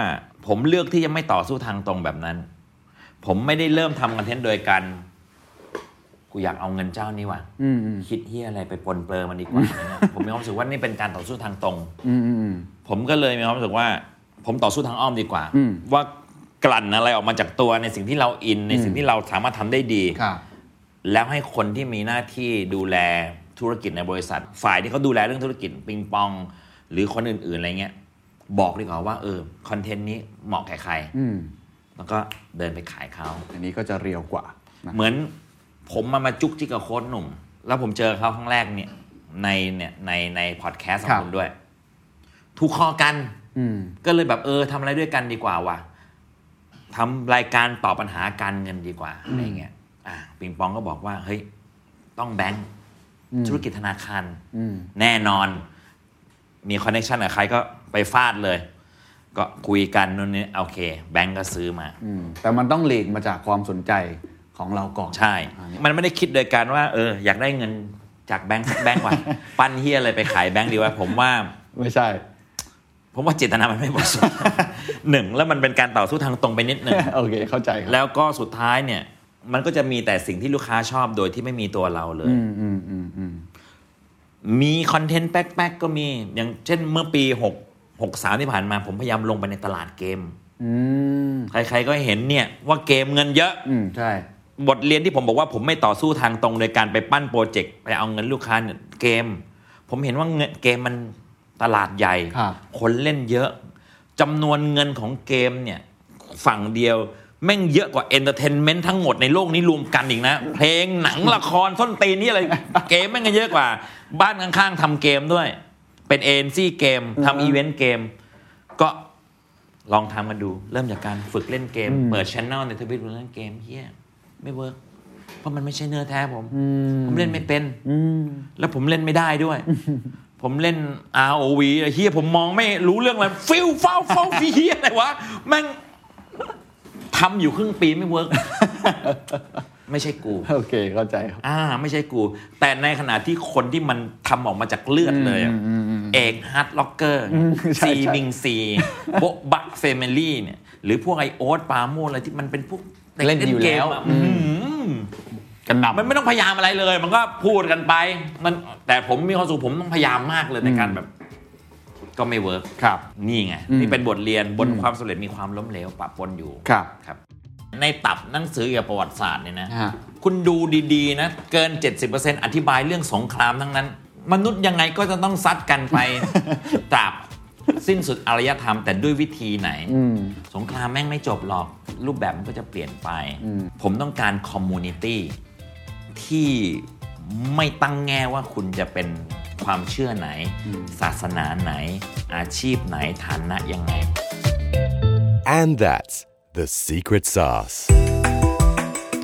[SPEAKER 5] ผมเลือกที่จะไม่ต่อสู้ทางตรงแบบนั้น ผมไม่ได้เริ่มทำคอนเทนต์โดยการกูอยากเอาเงินเจ้านี่ว่ะ
[SPEAKER 7] อืมอืม
[SPEAKER 5] คิดเฮียอะไรไปปนเปลือมันดีกว่าอะไรเงี้ยผมมีความรู้สึกว่านี่เป็นการต่อสู้ทางตรง
[SPEAKER 7] อืมอืมอืม
[SPEAKER 5] ผมก็เลยมีความรู้สึกว่า ผมต่อสู้ทางอ้อมดีกว่า
[SPEAKER 7] อืม
[SPEAKER 5] ว่ากลั่นอะไรออกมาจากตัวในสิ่งที่เราอินในสิ่งที่เราสามารถทำได้ดี
[SPEAKER 7] ครับ
[SPEAKER 5] แล้วให้คนที่มีหน้าที่ดูแลธุรกิจในบริษัท ฝ่ายที่เขาดูแลเรื่องธุรกิจปิงปอง หรือคนอื่นๆอะไรเงี้ย บอกดีกว่าว่าเออคอนเทนต์นี้เหมาะแก่ใคร
[SPEAKER 7] อืม
[SPEAKER 5] แล้วก็เดินไปขายเขา
[SPEAKER 7] อันนี้ก็จะเรียวกว่านะ
[SPEAKER 5] เหมือนผมมามาจุกจิกกับโค้ชหนุ่ม แล้วผมเจอเขาครั้งแรกเนี่ย ในเนี่ยในในพอดแคสต์ของผมด้วย ถูกคอกัน
[SPEAKER 7] อืม
[SPEAKER 5] ก็เลยแบบเออทำอะไรด้วยกันดีกว่าว่ะทำรายการตอบปัญหาการเงินดีกว่าอะไรเงี้ยอ่ะปิงปองก็บอกว่า เฮ้ย ต้องแบงค์ธุรกิจธนาคาร
[SPEAKER 7] อืม
[SPEAKER 5] แน่นอน มีคอนเนคชันกับใครก็ไปฟาดเลย ก็คุยกันนู่นนี่โอเค แบงค์ก็ซื้อมา
[SPEAKER 7] อืมแต่มันต้องหลีกมาจากความสนใจของเราก่อน
[SPEAKER 5] ใช่ มันไม่ได้คิดโดยการว่า เออ อยากได้เงินจากแบงค์สักแบงค์ ว่ะ ปั้นเฮียอะไรไปขายแบงค์ดีว่า ผมว่า
[SPEAKER 7] ไม่ใช่
[SPEAKER 5] ผมว่าเจตนามันไม่เหมาะสม หนึ่งแล้วมันเป็นการต่อสู้ทางตรงไปนิดหนึ่ง
[SPEAKER 7] โอเค เข้าใจครับ
[SPEAKER 5] แล้วก็สุดท้ายเนี่ย มันก็จะมีแต่สิ่งที่ลูกค้าชอบโดยที่ไม่มีตัวเราเลย
[SPEAKER 7] อืมอืมอืมอืม
[SPEAKER 5] มีคอนเทนต์แป๊กๆก็มี อย่างเช่นเมื่อปี 6 6 3 ที่ผ่านมา ผมพยายามลงไปในตลาดเกม
[SPEAKER 7] อืม
[SPEAKER 5] ใครๆก็เห็นเนี่ยว่าเกมเงินเยอะ
[SPEAKER 7] อืมใช่
[SPEAKER 5] บทเรียนที่ผมบอกว่าผมไม่ต่อสู้ทางตรงโดยการไปปั้นโปรเจกต์ไปเอาเงินลูกค้าเนี่ยเกม ผมเห็นว่าเงินเกมมันตลาดใหญ่
[SPEAKER 7] ครับ
[SPEAKER 5] คนเล่นเยอะจำนวนเงินของเกมเนี่ย ฝั่งเดียว แม่งเยอะกว่าเอนเตอร์เทนเมนต์ทั้งหมดในโลกนี้รวมกันอีกนะ เพลงหนังละครส้นตีนนี่อะไร เกมแม่งก็เยอะกว่า บ้านข้างๆทำเกมด้วย เป็นเอ็นซี่เกมทำอีเวนต์เกม ก็ลองทำกันดู เริ่มจากการฝึกเล่นเกม เปิดช anel ในทวิตเล่นเกมเฮียไม่เวิร์กเพราะมันไม่ใช่เนื้อแท้ผม ผมเล่นไม่เป็น แล้วผมเล่นไม่ได้ด้วย ผมเล่น ROV ไอ้เฮียผมมองไม่รู้เรื่องเลยฟิลฟ้าวฟ้าวเฮียอะไรวะแม่งทำอยู่ครึ่งปีไม่เวิร์ก ไม่ใช่กู
[SPEAKER 7] โอเค เข้าใจครับ
[SPEAKER 5] อ่า ไม่ใช่กู แต่ในขณะที่คนที่มันทำออกมาจากเลือดเลยอะเอกฮาร์ดล็อกเกอร์
[SPEAKER 7] ใช่
[SPEAKER 5] ซี
[SPEAKER 7] ใช่
[SPEAKER 5] มิงซีโบะบะเฟมิลี่เนี่ย หรือพวกไอโอ๊ตปาโมอะไรที่มันเป็นพวกด็ก
[SPEAKER 7] เล่นอยู่
[SPEAKER 5] เก
[SPEAKER 7] แล้
[SPEAKER 5] ม
[SPEAKER 7] ว
[SPEAKER 5] อะอื้อหือ
[SPEAKER 7] กันนำ
[SPEAKER 5] มันไม่ต้องพยายามอะไรเลย มันก็พูดกันไป มันแต่ผมมีความสุขผมต้องพยายามมากเลยในการแบบ ก็ไม่เวิร์ก
[SPEAKER 7] ครับ
[SPEAKER 5] นี่ไง
[SPEAKER 7] อืม
[SPEAKER 5] นี่เป็นบทเรียนบน
[SPEAKER 7] อืม
[SPEAKER 5] ความสำเร็จมีความล้มเหลวปะปนอยู่
[SPEAKER 7] ครับ
[SPEAKER 5] ครับ ในตับหนังสือเกี่ยวกับประวัติศาสตร์เนี่ยนะ
[SPEAKER 7] ฮะ
[SPEAKER 5] คุณดูดีๆ นะ เกิน 70%อธิบายเรื่องสงครามทั้งนั้น มนุษย์ยังไงก็จะต้องซัดกัน ไป ตราบสิ้นสุดอารยธรรม แต่ด้วยวิธีไหน
[SPEAKER 7] อืม
[SPEAKER 5] สงครามแม่งไม่จบหรอก รูปแบบมันก็จะเปลี่ยนไป
[SPEAKER 7] อืม
[SPEAKER 5] ผมต้องการคอมมูนิตี้ที่ไม่ตั้งแง่ว่าคุณจะเป็นความเชื่อไหน ศาสนาไหน อาชีพไหนฐานะยังไง
[SPEAKER 1] And that's the secret sauce.
[SPEAKER 3] ถ